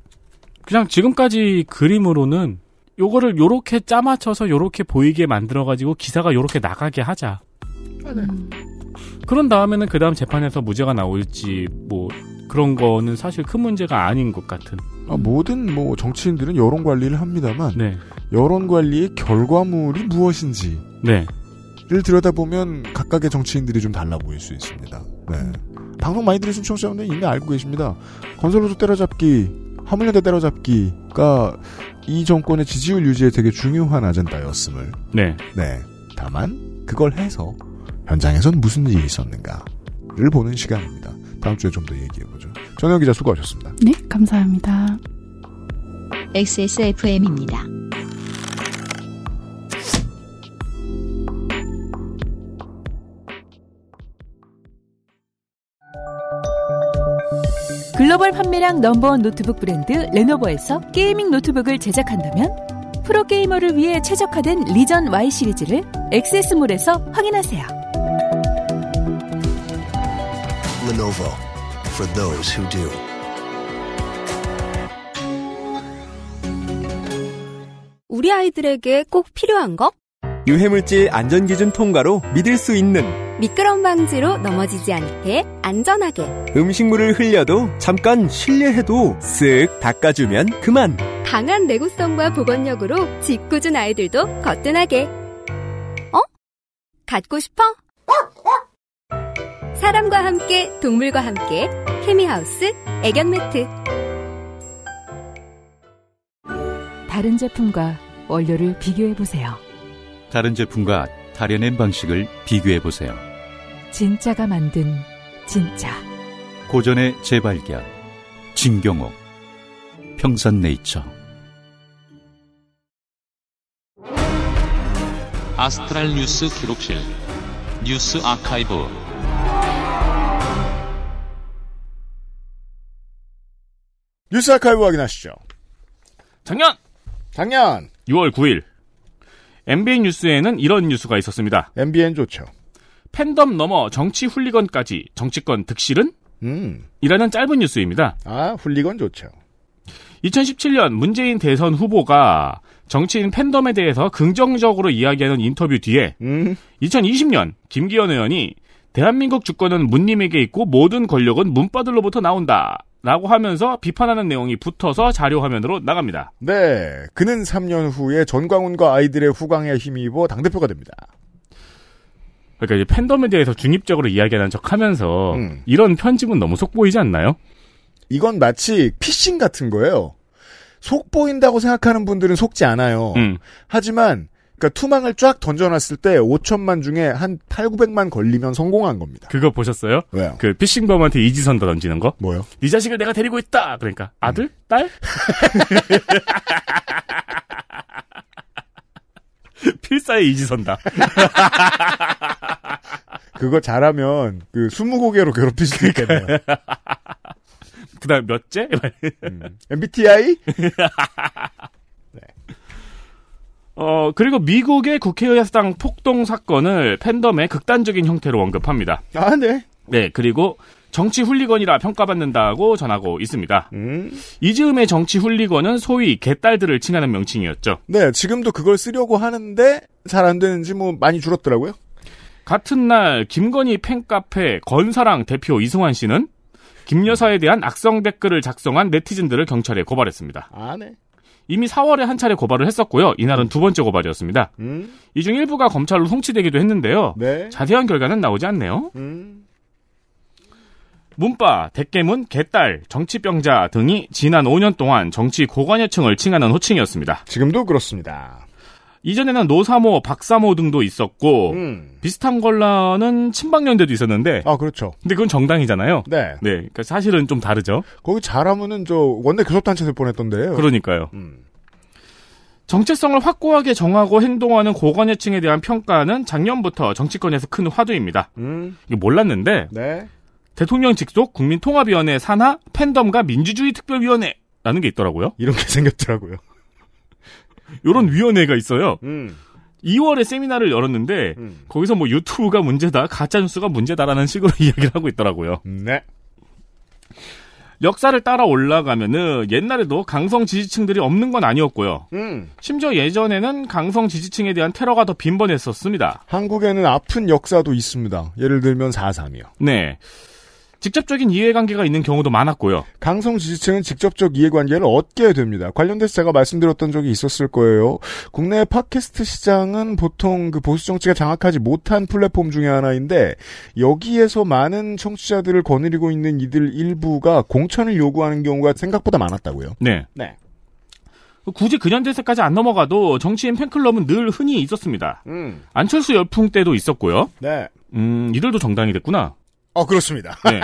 Speaker 11: 그냥 지금까지 그림으로는 요거를 요렇게 짜맞춰서 요렇게 보이게 만들어가지고 기사가 요렇게 나가게 하자.
Speaker 10: 음,
Speaker 11: 그런 다음에는 그 다음 재판에서 무죄가 나올지 뭐 그런 거는 사실 큰 문제가 아닌 것 같은.
Speaker 2: 아, 모든 뭐 정치인들은 여론 관리를 합니다만
Speaker 11: 네.
Speaker 2: 여론 관리의 결과물이 무엇인지
Speaker 11: 네.
Speaker 2: 를 들여다보면 각각의 정치인들이 좀 달라 보일 수 있습니다. 네. 방송 많이 들으신 청취자분들 이미 알고 계십니다. 건설로서 때려잡기, 화물연대 때려잡기가 이 정권의 지지율 유지에 되게 중요한 아젠다였음을.
Speaker 11: 네.
Speaker 2: 네. 다만 그걸 해서 현장에선 무슨 일이 있었는가를 보는 시간입니다. 다음 주에 좀 더 얘기해보죠. 정영 기자 수고하셨습니다.
Speaker 10: 네, 감사합니다.
Speaker 1: XSFM입니다.
Speaker 16: 글로벌 판매량 넘버원 노트북 브랜드 레노버에서 게이밍 노트북을 제작한다면 프로게이머를 위해 최적화된 리전 Y 시리즈를 액세스몰에서 확인하세요.
Speaker 7: Lenovo for those who do.
Speaker 12: 우리 아이들에게 꼭 필요한 것?
Speaker 4: 유해물질 안전기준 통과로 믿을 수 있는
Speaker 12: 미끄럼 방지로 넘어지지 않게 안전하게
Speaker 4: 음식물을 흘려도 잠깐 실례해도 쓱 닦아주면 그만.
Speaker 12: 강한 내구성과 보건력으로 짓궂은 아이들도 거뜬하게 어? 갖고 싶어? 사람과 함께 동물과 함께 케미하우스 애견 매트
Speaker 16: 다른 제품과 원료를 비교해 보세요.
Speaker 17: 다른 제품과 다려낸 방식을 비교해 보세요.
Speaker 16: 진짜가 만든 진짜.
Speaker 17: 고전의 재발견. 진경옥. 평산네이처.
Speaker 9: 아스트랄 뉴스 기록실 뉴스 아카이브
Speaker 2: 뉴스 아카이브 확인하시죠.
Speaker 3: 작년!
Speaker 2: 작년!
Speaker 3: 6월 9일. MBN 뉴스에는 이런 뉴스가 있었습니다.
Speaker 2: MBN 좋죠.
Speaker 3: 팬덤 넘어 정치 훌리건까지 정치권 득실은? 이라는 짧은 뉴스입니다.
Speaker 2: 음, 아, 훌리건 좋죠.
Speaker 3: 2017년 문재인 대선 후보가 정치인 팬덤에 대해서 긍정적으로 이야기하는 인터뷰 뒤에 2020년 김기현 의원이 대한민국 주권은 문님에게 있고 모든 권력은 문바들로부터 나온다. 라고 하면서 비판하는 내용이 붙어서 자료 화면으로 나갑니다.
Speaker 2: 네, 그는 3년 후에 전광훈과 아이들의 후광에 힘입어 당대표가 됩니다.
Speaker 3: 그러니까 이제 팬덤에 대해서 중립적으로 이야기하는 척 하면서 이런 편집은 너무 속보이지 않나요?
Speaker 2: 이건 마치 피싱 같은 거예요. 속 보인다고 생각하는 분들은 속지 않아요.
Speaker 3: 음.
Speaker 2: 하지만 그러니까 투망을 쫙 던져놨을 때 5천만 중에 한 8, 900만 걸리면 성공한 겁니다.
Speaker 3: 그거 보셨어요?
Speaker 2: 왜요?
Speaker 3: 그 피싱범한테 이지선다 던지는 거?
Speaker 2: 뭐요?
Speaker 3: 네 자식을 내가 데리고 있다. 그러니까 아들, 딸? 필사의 이지선다.
Speaker 2: 그거 잘하면 그 20고개로 괴롭힐 수 있겠네요.
Speaker 3: 그다음 몇째?
Speaker 2: MBTI?
Speaker 3: 어, 그리고 미국의 국회의사당 폭동 사건을 팬덤의 극단적인 형태로 언급합니다.
Speaker 2: 아, 네.
Speaker 3: 네, 그리고 정치 훌리건이라 평가받는다고 전하고 있습니다. 이즈음의 정치 훌리건은 소위 개딸들을 칭하는 명칭이었죠.
Speaker 2: 네, 지금도 그걸 쓰려고 하는데 잘 안 되는지 뭐 많이 줄었더라고요.
Speaker 3: 같은 날 김건희 팬카페 건사랑 대표 이승환 씨는 김 여사에 대한 악성 댓글을 작성한 네티즌들을 경찰에 고발했습니다.
Speaker 2: 아, 네.
Speaker 3: 이미 4월에 한 차례 고발을 했었고요. 이날은 두 번째 고발이었습니다.
Speaker 2: 음.
Speaker 3: 이 중 일부가 검찰로 송치되기도 했는데요.
Speaker 2: 네.
Speaker 3: 자세한 결과는 나오지 않네요.
Speaker 2: 음.
Speaker 3: 문바, 대깨문, 개딸, 정치병자 등이 지난 5년 동안 정치 고관여층을 칭하는 호칭이었습니다.
Speaker 2: 지금도 그렇습니다.
Speaker 3: 이전에는 노사모, 박사모 등도 있었고 비슷한 걸로는 친박연대도 있었는데
Speaker 2: 음. 아 그렇죠.
Speaker 3: 근데 그건 정당이잖아요.
Speaker 2: 네.
Speaker 3: 그러니까 사실은 좀 다르죠.
Speaker 2: 거기 잘하면은 저 원내 교섭단체 될 뻔했던데요.
Speaker 3: 그러니까요. 정체성을 확고하게 정하고 행동하는 고관여층에 대한 평가는 작년부터 정치권에서 큰 화두입니다. 이거 몰랐는데
Speaker 2: 음, 네.
Speaker 3: 대통령 직속 국민통합위원회 산하 팬덤과 민주주의 특별위원회라는 게 있더라고요.
Speaker 2: 이런 게 생겼더라고요.
Speaker 3: 이런 위원회가 있어요.
Speaker 2: 음.
Speaker 3: 2월에 세미나를 열었는데 거기서 뭐 유튜브가 문제다, 가짜 뉴스가 문제다라는 식으로 이야기를 하고 있더라고요.
Speaker 2: 네.
Speaker 3: 역사를 따라 올라가면은 옛날에도 강성 지지층들이 없는 건 아니었고요.
Speaker 2: 음.
Speaker 3: 심지어 예전에는 강성 지지층에 대한 테러가 더 빈번했었습니다.
Speaker 2: 한국에는 아픈 역사도 있습니다. 예를 들면 4.3이요.
Speaker 3: 네. 직접적인 이해관계가 있는 경우도 많았고요.
Speaker 2: 강성 지지층은 직접적 이해관계를 얻게 됩니다. 관련돼서 제가 말씀드렸던 적이 있었을 거예요. 국내 팟캐스트 시장은 보통 그 보수 정치가 장악하지 못한 플랫폼 중에 하나인데 여기에서 많은 청취자들을 거느리고 있는 이들 일부가 공천을 요구하는 경우가 생각보다 많았다고요.
Speaker 3: 네.
Speaker 2: 네.
Speaker 3: 굳이 근현대사까지 안 넘어가도 정치인 팬클럽은 늘 흔히 있었습니다.
Speaker 2: 음.
Speaker 3: 안철수 열풍 때도 있었고요.
Speaker 2: 네.
Speaker 3: 음, 이들도 정당이 됐구나.
Speaker 2: 어 그렇습니다.
Speaker 3: 네.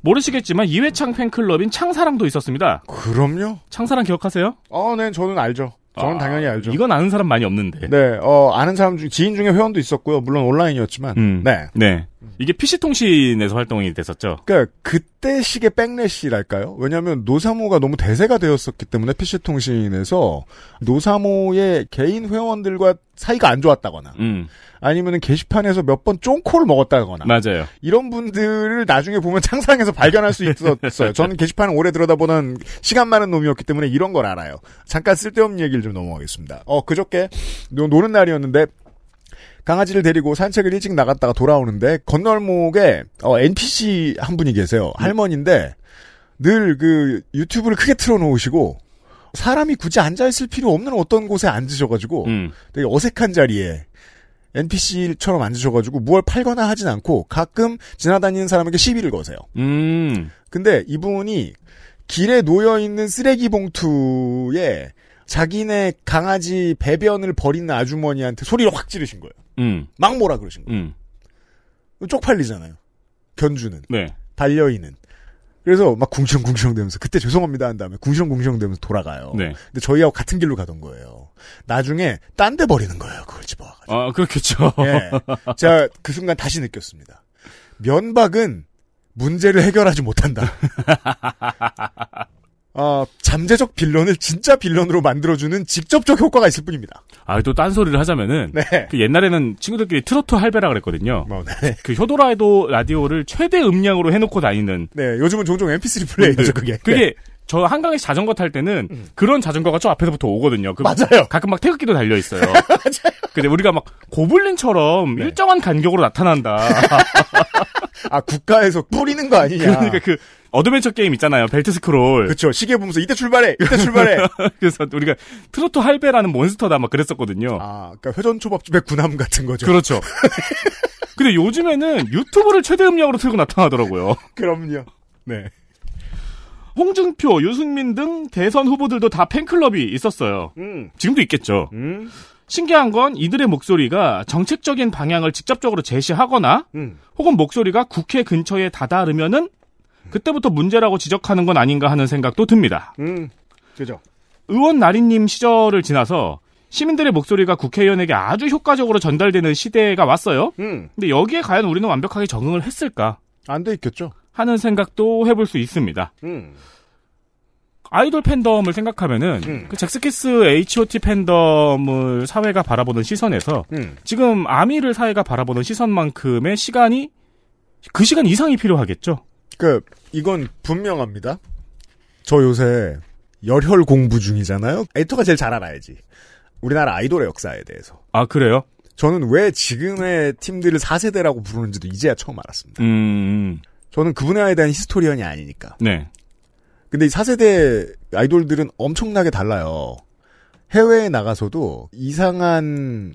Speaker 3: 모르시겠지만 이회창 팬클럽인 창사랑도 있었습니다.
Speaker 2: 그럼요.
Speaker 3: 창사랑 기억하세요?
Speaker 2: 어, 네, 저는 알죠. 저는
Speaker 3: 아,
Speaker 2: 당연히 알죠.
Speaker 3: 이건 아는 사람 많이 없는데.
Speaker 2: 네, 어, 아는 사람 중, 지인 중에 회원도 있었고요. 물론 온라인이었지만.
Speaker 3: 음.
Speaker 2: 네.
Speaker 3: 네. 이게 PC통신에서 활동이 됐었죠.
Speaker 2: 그러니까 그때 식의 백래시랄까요? 왜냐하면 노사모가 너무 대세가 되었었기 때문에 PC통신에서 노사모의 개인 회원들과 사이가 안 좋았다거나
Speaker 3: 음.
Speaker 2: 아니면 게시판에서 몇 번 쫑코를 먹었다거나
Speaker 3: 맞아요.
Speaker 2: 이런 분들을 나중에 보면 창상에서 발견할 수 있었어요. 저는 게시판을 오래 들여다보는 시간 많은 놈이었기 때문에 이런 걸 알아요. 잠깐 쓸데없는 얘기를 좀 넘어가겠습니다. 어, 그저께 노, 노는 날이었는데 강아지를 데리고 산책을 일찍 나갔다가 돌아오는데 건널목에 어, NPC 한 분이 계세요. 할머니인데 늘 그 유튜브를 크게 틀어놓으시고 사람이 굳이 앉아있을 필요 없는 어떤 곳에 앉으셔가지고
Speaker 3: 음,
Speaker 2: 되게 어색한 자리에 NPC처럼 앉으셔가지고 무얼 팔거나 하진 않고 가끔 지나다니는 사람에게 시비를 거세요.
Speaker 3: 음.
Speaker 2: 근데 이분이 길에 놓여 있는 쓰레기 봉투에 자기네 강아지 배변을 버리는 아주머니한테 소리를 확 지르신 거예요.
Speaker 3: 음.
Speaker 2: 막 뭐라 그러신 거예요.
Speaker 3: 음.
Speaker 2: 쪽팔리잖아요. 견주는
Speaker 3: 네.
Speaker 2: 반려인은. 그래서 막 궁시렁궁시렁 대면서 그때 죄송합니다 한 다음에 궁시렁궁시렁 대면서 돌아가요.
Speaker 3: 네.
Speaker 2: 근데 저희하고 같은 길로 가던 거예요. 나중에 딴 데 버리는 거예요. 그걸 집어.
Speaker 3: 아, 그렇겠죠.
Speaker 2: 예. 제가 그 순간 다시 느꼈습니다. 면박은 문제를 해결하지 못한다. 아, 잠재적 빌런을 진짜 빌런으로 만들어주는 직접적 효과가 있을 뿐입니다.
Speaker 3: 아, 또 딴소리를 하자면은.
Speaker 2: 네.
Speaker 3: 그 옛날에는 친구들끼리 트로트 할배라 그랬거든요.
Speaker 2: 뭐, 네.
Speaker 3: 그 효도라에도 라디오를 최대 음량으로 해놓고 다니는.
Speaker 2: 네, 요즘은 종종 MP3 플레이죠, 그게.
Speaker 3: 그게
Speaker 2: 네. 음.
Speaker 3: 저 한강에서 자전거 탈 때는 그런 자전거가 저 앞에서부터 오거든요. 그
Speaker 2: 맞아요.
Speaker 3: 가끔 막 태극기도 달려 있어요. 근데 우리가 막 고블린처럼
Speaker 2: 네.
Speaker 3: 일정한 간격으로 나타난다.
Speaker 2: 아, 국가에서 뿌리는 거 아니냐.
Speaker 3: 그러니까 그 어드벤처 게임 있잖아요. 벨트 스크롤.
Speaker 2: 그쵸. 시계 보면서 이때 출발해! 이때 출발해!
Speaker 3: 그래서 우리가 트로트 할배라는 몬스터다 막 그랬었거든요.
Speaker 2: 아, 그러니까 회전초밥집의 군함 같은 거죠.
Speaker 3: 그렇죠. 근데 요즘에는 유튜브를 최대 음량으로 틀고 나타나더라고요.
Speaker 2: 그럼요.
Speaker 3: 네. 홍준표, 유승민 등 대선 후보들도 다 팬클럽이 있었어요.
Speaker 2: 음,
Speaker 3: 지금도 있겠죠. 신기한 건 이들의 목소리가 정책적인 방향을 직접적으로 제시하거나 혹은 목소리가 국회 근처에 다다르면은 그때부터 문제라고 지적하는 건 아닌가 하는 생각도 듭니다.
Speaker 2: 음, 그죠.
Speaker 3: 의원 나리님 시절을 지나서 시민들의 목소리가 국회의원에게 아주 효과적으로 전달되는 시대가 왔어요. 근데 여기에 과연 우리는 완벽하게 적응을 했을까?
Speaker 2: 음. 안 돼 있겠죠.
Speaker 3: 하는 생각도 해볼 수 있습니다. 아이돌 팬덤을 생각하면은 그 잭스키스 H.O.T 팬덤을 사회가 바라보는 시선에서 지금 아미를 사회가 바라보는 시선만큼의 시간이 그 시간 이상이 필요하겠죠.
Speaker 2: 그 이건 분명합니다. 저 요새 열혈 공부 중이잖아요. 에디터가 제일 잘 알아야지. 우리나라 아이돌의 역사에 대해서.
Speaker 3: 아 그래요?
Speaker 2: 저는 왜 지금의 팀들을 4세대라고 부르는지도 이제야 처음 알았습니다.
Speaker 3: 음.
Speaker 2: 저는 그분야에 대한 히스토리언이 아니니까.
Speaker 3: 네.
Speaker 2: 근데 이 4세대 아이돌들은 엄청나게 달라요. 해외에 나가서도 이상한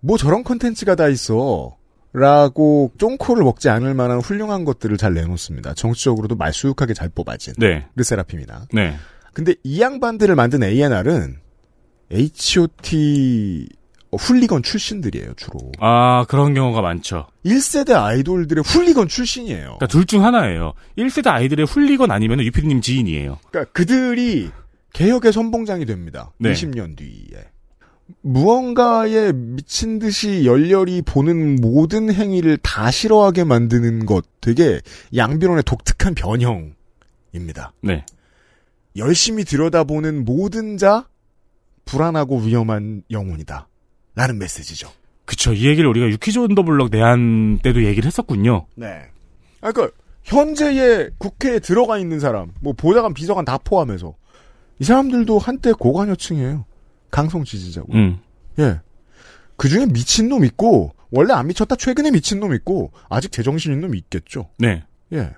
Speaker 2: 뭐 저런 컨텐츠가 다 있어. 라고 쫑코를 먹지 않을 만한 훌륭한 것들을 잘 내놓습니다. 정치적으로도 말수육하게 잘 뽑아진
Speaker 3: 네.
Speaker 2: 르세라핌이나.
Speaker 3: 네.
Speaker 2: 근데 이 양반들을 만든 A&R은 H.O.T 어, 훌리건 출신들이에요 주로.
Speaker 3: 아 그런 경우가 많죠.
Speaker 2: 1세대 아이돌들의 훌리건 출신이에요.
Speaker 3: 그러니까 둘 중 하나예요. 1세대 아이들의 훌리건 아니면 유피디님 지인이에요.
Speaker 2: 그러니까 그들이 개혁의 선봉장이 됩니다.
Speaker 3: 네.
Speaker 2: 20년 뒤에. 무언가에 미친 듯이 열렬히 보는 모든 행위를 다 싫어하게 만드는 것 되게 양비론의 독특한 변형입니다.
Speaker 3: 네.
Speaker 2: 열심히 들여다보는 모든 자 불안하고 위험한 영혼이다. 라는 메시지죠.
Speaker 3: 그쵸. 이 얘기를 우리가 유키즈 온더블럭 내한 때도 얘기를 했었군요.
Speaker 2: 네. 아, 그러니까 현재의 국회에 들어가 있는 사람, 뭐 보좌관, 비서관 다 포함해서 이 사람들도 한때 고관여층이에요. 강성 지지자고.
Speaker 3: 음.
Speaker 2: 예. 그 중에 미친 놈 있고 원래 안 미쳤다 최근에 미친 놈 있고 아직 제정신인 놈이 있겠죠.
Speaker 3: 네.
Speaker 2: 예.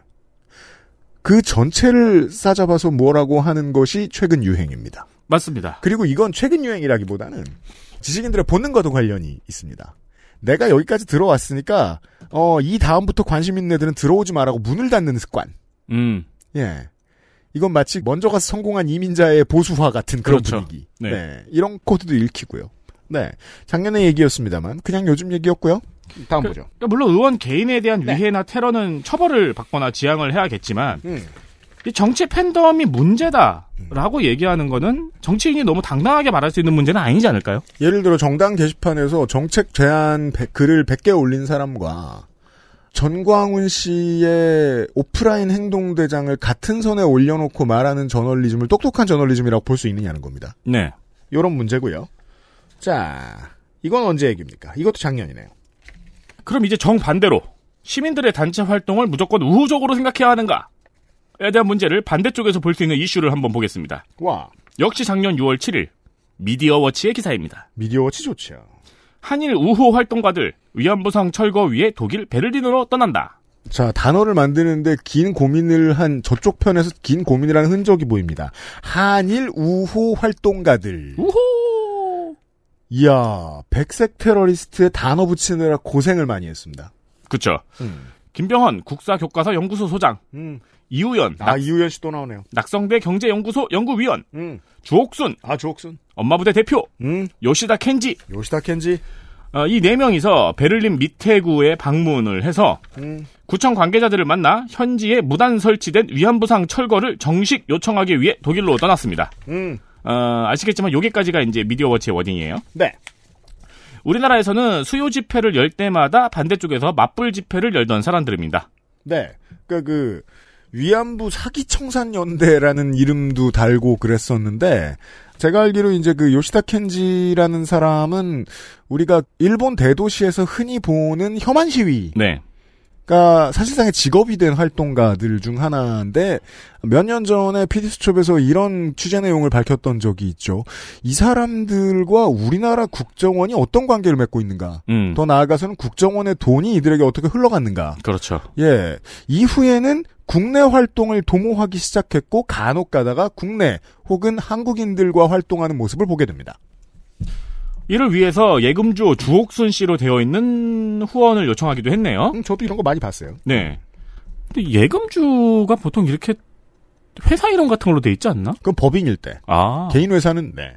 Speaker 2: 그 전체를 싸잡아서 뭐라고 하는 것이 최근 유행입니다.
Speaker 3: 맞습니다.
Speaker 2: 그리고 이건 최근 유행이라기보다는 지식인들의 본능과도 관련이 있습니다. 내가 여기까지 들어왔으니까 어, 이 다음부터 관심 있는 애들은 들어오지 말라고 문을 닫는 습관.
Speaker 3: 음.
Speaker 2: 예. 이건 마치 먼저 가서 성공한 이민자의 보수화 같은 그런
Speaker 3: 그렇죠.
Speaker 2: 분위기.
Speaker 3: 네.
Speaker 2: 이런 코드도 읽히고요. 네. 작년의 얘기였습니다만 그냥 요즘 얘기였고요. 다음
Speaker 3: 그-
Speaker 2: 보죠.
Speaker 3: 그러니까 물론 의원 개인에 대한 위해나 테러는 처벌을 받거나 지양을 해야겠지만 이 정치 팬덤이 문제다라고 얘기하는 거는 정치인이 너무 당당하게 말할 수 있는 문제는 아니지 않을까요?
Speaker 2: 예를 들어 정당 게시판에서 정책 제안 100 글을 100개 올린 사람과 전광훈 씨의 오프라인 행동대장을 같은 선에 올려놓고 말하는 저널리즘을 똑똑한 저널리즘이라고 볼 수 있느냐는 겁니다.
Speaker 3: 네.
Speaker 2: 요런 문제고요. 자, 이건 언제 얘기입니까? 이것도 작년이네요.
Speaker 3: 그럼 이제 정반대로 시민들의 단체 활동을 무조건 우호적으로 생각해야 하는가에 대한 문제를 반대쪽에서 볼 수 있는 이슈를 한번 보겠습니다.
Speaker 2: 와,
Speaker 3: 역시 작년 6월 7일 미디어워치의 기사입니다.
Speaker 2: 미디어워치 좋죠.
Speaker 3: 한일 우호 활동가들 위안부상 철거 위해 독일 베를린으로 떠난다.
Speaker 2: 자, 단어를 만드는데 긴 고민을 한 저쪽 편에서 긴 고민을 한 흔적이 보입니다. 한일 우호 활동가들.
Speaker 3: 우호!
Speaker 2: 이야, 백색 테러리스트에 단어 붙이느라 고생을 많이 했습니다.
Speaker 3: 그쵸. 김병헌 국사교과서 연구소 소장,
Speaker 2: 음.
Speaker 3: 이우연
Speaker 2: 아, 이우연 씨 또 나오네요.
Speaker 3: 낙성대 경제연구소 연구위원, 주옥순,
Speaker 2: 음. 아, 주옥순.
Speaker 3: 엄마부대 대표,
Speaker 2: 음.
Speaker 3: 요시다 켄지,
Speaker 2: 요시다 켄지.
Speaker 3: 이 네 명이서 베를린 미테구에 방문을 해서
Speaker 2: 음.
Speaker 3: 구청 관계자들을 만나 현지에 무단 설치된 위안부상 철거를 정식 요청하기 위해 독일로 떠났습니다.
Speaker 2: 음.
Speaker 3: 어, 아시겠지만 여기까지가 이제 미디어워치의 워딩이에요.
Speaker 2: 네.
Speaker 3: 우리나라에서는 수요 집회를 열 때마다 반대쪽에서 맞불 집회를 열던 사람들입니다.
Speaker 2: 네. 그러니까 그 위안부 사기 청산 연대라는 이름도 달고 그랬었는데 제가 알기로 이제 그 요시다 켄지라는 사람은 우리가 일본 대도시에서 흔히 보는 혐한 시위
Speaker 3: 네.
Speaker 2: 가 그러니까 사실상의 직업이 된 활동가들 중 하나인데 몇 년 전에 PD수첩에서 이런 취재 내용을 밝혔던 적이 있죠. 이 사람들과 우리나라 국정원이 어떤 관계를 맺고 있는가.
Speaker 3: 음.
Speaker 2: 더 나아가서는 국정원의 돈이 이들에게 어떻게 흘러갔는가.
Speaker 3: 그렇죠.
Speaker 2: 예. 이후에는 국내 활동을 도모하기 시작했고 간혹 가다가 국내 혹은 한국인들과 활동하는 모습을 보게 됩니다.
Speaker 3: 이를 위해서 예금주 주옥순 씨로 되어 있는 후원을 요청하기도 했네요.
Speaker 2: 저도 이런 거 많이 봤어요.
Speaker 3: 네. 근데 예금주가 보통 이렇게
Speaker 11: 회사 이름 같은 걸로 돼 있지 않나?
Speaker 2: 그건 법인일 때.
Speaker 11: 아.
Speaker 3: 어.
Speaker 2: 개인 회사는 네.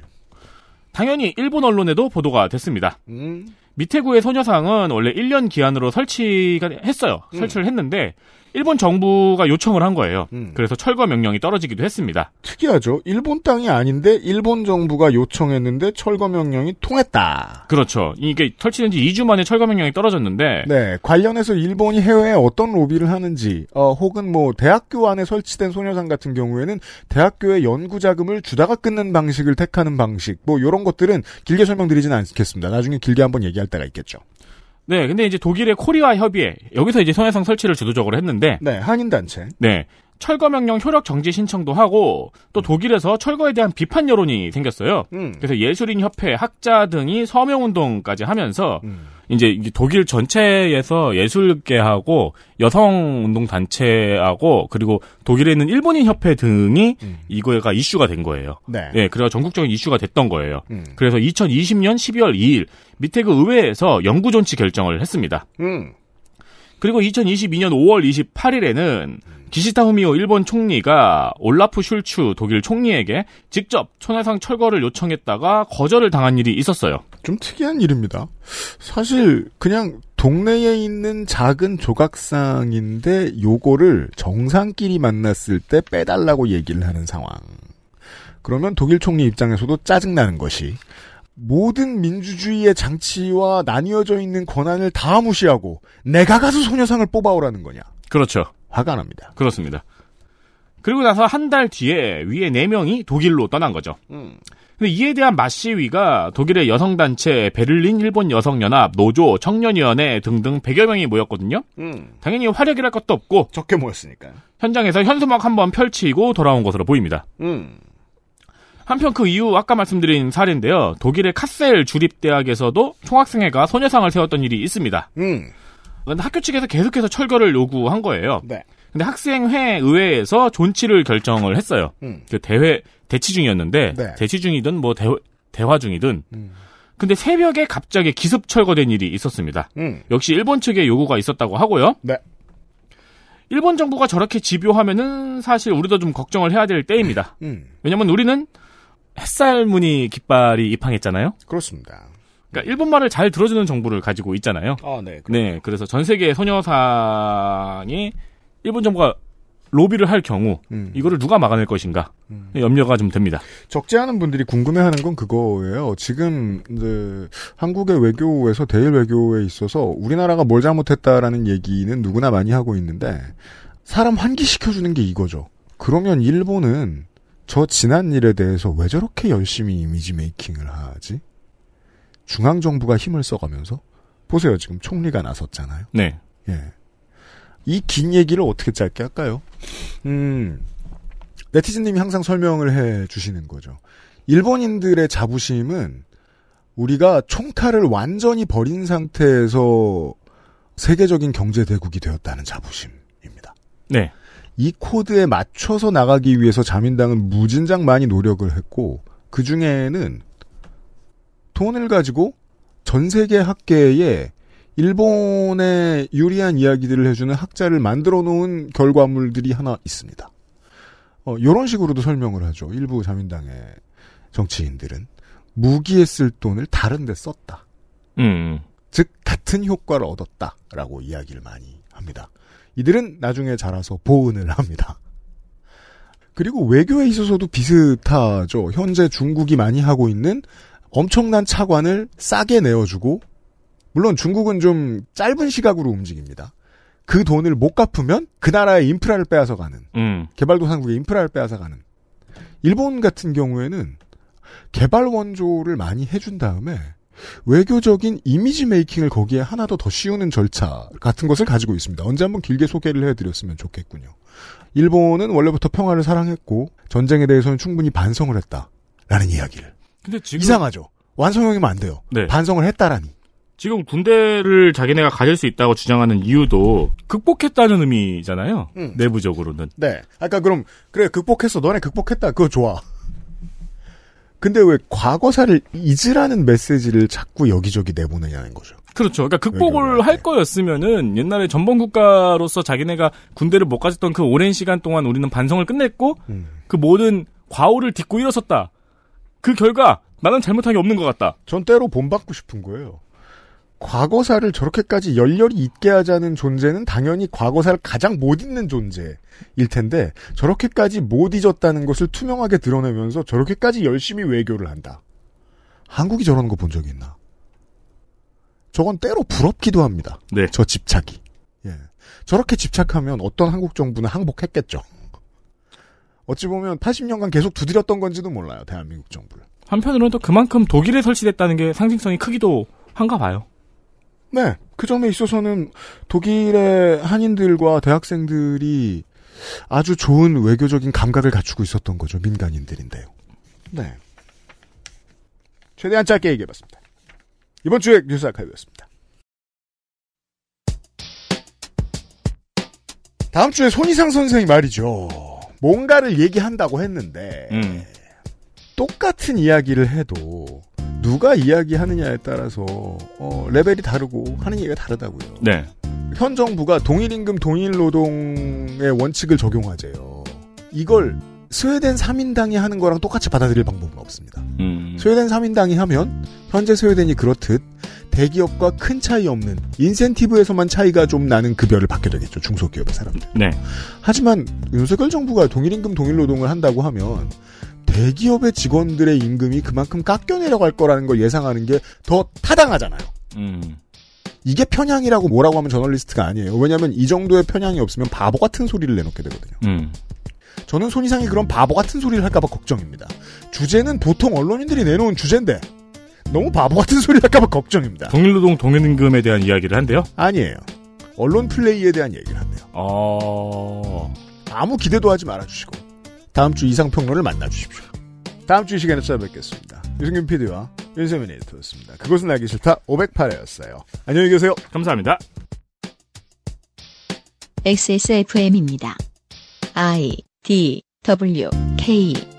Speaker 3: 당연히 일본 언론에도 보도가 됐습니다.
Speaker 2: 음,
Speaker 3: 미테구의 소녀상은 원래 1년 기한으로 설치가 했어요.
Speaker 11: 음.
Speaker 3: 설치를 했는데 일본 정부가 요청을 한 거예요.
Speaker 2: 음.
Speaker 3: 그래서 철거 명령이 떨어지기도 했습니다.
Speaker 2: 특이하죠. 일본 땅이 아닌데 일본 정부가 요청했는데 철거 명령이 통했다.
Speaker 3: 그렇죠. 이게 설치된 지 2주 만에 철거 명령이 떨어졌는데
Speaker 2: 네, 관련해서 일본이 해외에 어떤 로비를 하는지, 어, 혹은 뭐 대학교 안에 설치된 소녀상 같은 경우에는 대학교에 연구 자금을 주다가 끊는 방식을 택하는 방식, 뭐 이런 것들은 길게 설명드리진 않겠습니다. 나중에 길게 한번 얘기할 때가 있겠죠.
Speaker 3: 네, 근데 이제 독일의 코리아 협의회 여기서 이제 소녀상 설치를 주도적으로 했는데
Speaker 2: 네, 한인 단체.
Speaker 3: 네. 철거 명령 효력 정지 신청도 하고 또 독일에서 철거에 대한 비판 여론이 생겼어요. 그래서 예술인 협회, 학자 등이 서명 운동까지 하면서 이제 이게 독일 전체에서 예술계하고 여성 운동 단체하고 그리고 독일에 있는 일본인 협회 등이 이거가 이슈가 된 거예요.
Speaker 2: 네.
Speaker 3: 예, 그래서 전국적인 이슈가 됐던 거예요.
Speaker 2: 음.
Speaker 3: 그래서 2020년 12월 2일 미테그 의회에서 영구 존치 결정을 했습니다.
Speaker 2: 음.
Speaker 3: 그리고 2022년 5월 28일에는 기시타 후미오 일본 총리가 올라프 슐츠 독일 총리에게 직접 천하상 철거를 요청했다가 거절을 당한 일이 있었어요.
Speaker 2: 좀 특이한 일입니다. 사실 그냥 동네에 있는 작은 조각상인데 요거를 정상끼리 만났을 때 빼달라고 얘기를 하는 상황. 그러면 독일 총리 입장에서도 짜증나는 것이 모든 민주주의의 장치와 나뉘어져 있는 권한을 다 무시하고 내가 가서 소녀상을 뽑아오라는 거냐.
Speaker 3: 그렇죠.
Speaker 2: 화가 납니다.
Speaker 3: 그렇습니다. 그리고 나서 한 달 뒤에 위에 네명이 독일로 떠난 거죠. 근데 이에 대한 마시위가 독일의 여성단체, 베를린 일본 여성연합, 노조, 청년위원회 등등 100여 명이 모였거든요. 당연히 화력이랄 것도 없고
Speaker 2: 적게 모였으니까.
Speaker 3: 현장에서 현수막 한번 펼치고 돌아온 것으로 보입니다. 한편 그 이후 아까 말씀드린 사례인데요. 독일의 카셀 주립대학에서도 총학생회가 소녀상을 세웠던 일이 있습니다. 근데 학교 측에서 계속해서 철거를 요구한 거예요.
Speaker 2: 네.
Speaker 3: 근데 학생회 의회에서 존치를 결정을 했어요.
Speaker 2: 음.
Speaker 3: 그 대회 대치 중이었는데 대치 중이든 뭐 대, 대화 중이든. 근데 새벽에 갑자기 기습 철거된 일이 있었습니다.
Speaker 2: 음.
Speaker 3: 역시 일본 측의 요구가 있었다고 하고요.
Speaker 2: 네.
Speaker 3: 일본 정부가 저렇게 집요하면은 사실 우리도 좀 걱정을 해야 될 때입니다.
Speaker 2: 음.
Speaker 3: 왜냐면 우리는 햇살 무늬 깃발이 입항했잖아요.
Speaker 2: 그렇습니다.
Speaker 3: 그러니까 일본 말을 잘 들어주는 정부를 가지고 있잖아요.
Speaker 2: 아, 네.
Speaker 3: 네, 그래서 전 세계 소녀상이 일본 정부가 로비를 할 경우
Speaker 2: 음.
Speaker 3: 이거를 누가 막아낼 것인가 염려가 좀 됩니다.
Speaker 2: 적지 않은 분들이 궁금해하는 건 그거예요. 지금 이제 한국의 외교에서 대일 외교에 있어서 우리나라가 뭘 잘못했다라는 얘기는 누구나 많이 하고 있는데 사람 환기시켜주는 게 이거죠. 그러면 일본은 저 지난 일에 대해서 왜 저렇게 열심히 이미지 메이킹을 하지? 중앙 정부가 힘을 써가면서 보세요 지금 총리가 나섰잖아요.
Speaker 3: 네.
Speaker 2: 예. 이 긴 얘기를 어떻게 짧게 할까요? 음, 네티즌님이 항상 설명을 해 주시는 거죠. 일본인들의 자부심은 우리가 총칼을 완전히 버린 상태에서 세계적인 경제대국이 되었다는 자부심.
Speaker 3: 네.
Speaker 2: 이 코드에 맞춰서 나가기 위해서 자민당은 무진장 많이 노력을 했고, 그 중에는 돈을 가지고 전 세계 학계에 일본에 유리한 이야기들을 해주는 학자를 만들어 놓은 결과물들이 하나 있습니다. 어, 요런 식으로도 설명을 하죠. 일부 자민당의 정치인들은. 무기에 쓸 돈을 다른 데 썼다.
Speaker 3: 음.
Speaker 2: 즉, 같은 효과를 얻었다. 라고 이야기를 많이 합니다. 이들은 나중에 자라서 보은을 합니다. 그리고 외교에 있어서도 비슷하죠. 현재 중국이 많이 하고 있는 엄청난 차관을 싸게 내어주고, 물론 중국은 좀 짧은 시각으로 움직입니다. 그 돈을 못 갚으면 그 나라의 인프라를 빼앗아 가는,
Speaker 3: 음.
Speaker 2: 개발도상국의 인프라를 빼앗아 가는. 일본 같은 경우에는 개발 원조를 많이 해준 다음에 외교적인 이미지 메이킹을 거기에 하나 더더 씌우는 절차 같은 것을 가지고 있습니다. 언제 한번 길게 소개를 해드렸으면 좋겠군요. 일본은 원래부터 평화를 사랑했고 전쟁에 대해서는 충분히 반성을 했다라는 이야기를
Speaker 3: 근데 지금
Speaker 2: 이상하죠. 완성형이면 안 돼요.
Speaker 3: 네.
Speaker 2: 반성을 했다라니.
Speaker 3: 지금 군대를 자기네가 가질 수 있다고 주장하는 이유도 극복했다는 의미잖아요.
Speaker 2: 음.
Speaker 3: 내부적으로는.
Speaker 2: 네. 아까 그럼 그래 극복했어. 너네 극복했다. 그거 좋아. 근데 왜 과거사를 잊으라는 메시지를 자꾸 여기저기 내보내냐는 거죠.
Speaker 3: 그렇죠. 그러니까 극복을 할 거였으면은 옛날에 전범 국가로서 자기네가 군대를 못 가졌던 그 오랜 시간 동안 우리는 반성을 끝냈고 그 모든 과오를 딛고 일어섰다. 그 결과 나는 잘못한 게 없는 것 같다.
Speaker 2: 전 때로 본받고 싶은 거예요. 과거사를 저렇게까지 열렬히 잊게 하자는 존재는 당연히 과거사를 가장 못 잊는 존재일 텐데 저렇게까지 못 잊었다는 것을 투명하게 드러내면서 저렇게까지 열심히 외교를 한다. 한국이 저런 거 본 적이 있나? 저건 때로 부럽기도 합니다.
Speaker 3: 네.
Speaker 2: 저 집착이. 예. 저렇게 집착하면 어떤 한국 정부는 항복했겠죠. 어찌 보면 80년간 계속 두드렸던 건지도 몰라요. 대한민국 정부를.
Speaker 3: 한편으로는 또 그만큼 독일에 설치됐다는 게 상징성이 크기도 한가 봐요.
Speaker 2: 네. 그 점에 있어서는 독일의 한인들과 대학생들이 아주 좋은 외교적인 감각을 갖추고 있었던 거죠. 민간인들인데요. 네. 최대한 짧게 얘기해봤습니다. 이번 주에 뉴스 아카이브였습니다. 다음 주에 손희상 선생이 말이죠. 뭔가를 얘기한다고 했는데 똑같은 이야기를 해도 누가 이야기하느냐에 따라서 어, 레벨이 다르고 하는 얘기가 다르다고요.
Speaker 3: 네.
Speaker 2: 현 정부가 동일 임금 동일 노동의 원칙을 적용하재요. 이걸 스웨덴 3인당이 하는 거랑 똑같이 받아들일 방법은 없습니다.
Speaker 3: 음.
Speaker 2: 스웨덴 3인당이 하면 현재 스웨덴이 그렇듯 대기업과 큰 차이 없는 인센티브에서만 차이가 좀 나는 급여를 받게 되겠죠. 중소기업의 사람들.
Speaker 3: 네.
Speaker 2: 하지만 윤석열 정부가 동일임금 동일노동을 한다고 하면 대기업의 직원들의 임금이 그만큼 깎여 내려갈 거라는 걸 예상하는 게 더 타당하잖아요.
Speaker 3: 음.
Speaker 2: 이게 편향이라고 뭐라고 하면 저널리스트가 아니에요. 왜냐하면 이 정도의 편향이 없으면 바보 같은 소리를 내놓게 되거든요.
Speaker 3: 음.
Speaker 2: 저는 손이상이 그런 바보 같은 소리를 할까봐 걱정입니다. 주제는 보통 언론인들이 내놓은 주제인데 너무 바보 같은 소리를 할까봐 걱정입니다.
Speaker 3: 동일노동 동일임금에 대한 이야기를 한대요?
Speaker 2: 아니에요. 언론 플레이에 대한 얘기를 한대요.
Speaker 3: 어...
Speaker 2: 아무 기대도 하지 말아주시고 다음 주 이상평론을 만나주십시오. 다음 주 이 시간에 찾아뵙겠습니다. 유승균 PD와 윤세민 에디터였습니다. 그것은 알기 싫다 508회였어요. 안녕히 계세요.
Speaker 3: 감사합니다.
Speaker 1: XSFM입니다. I D W K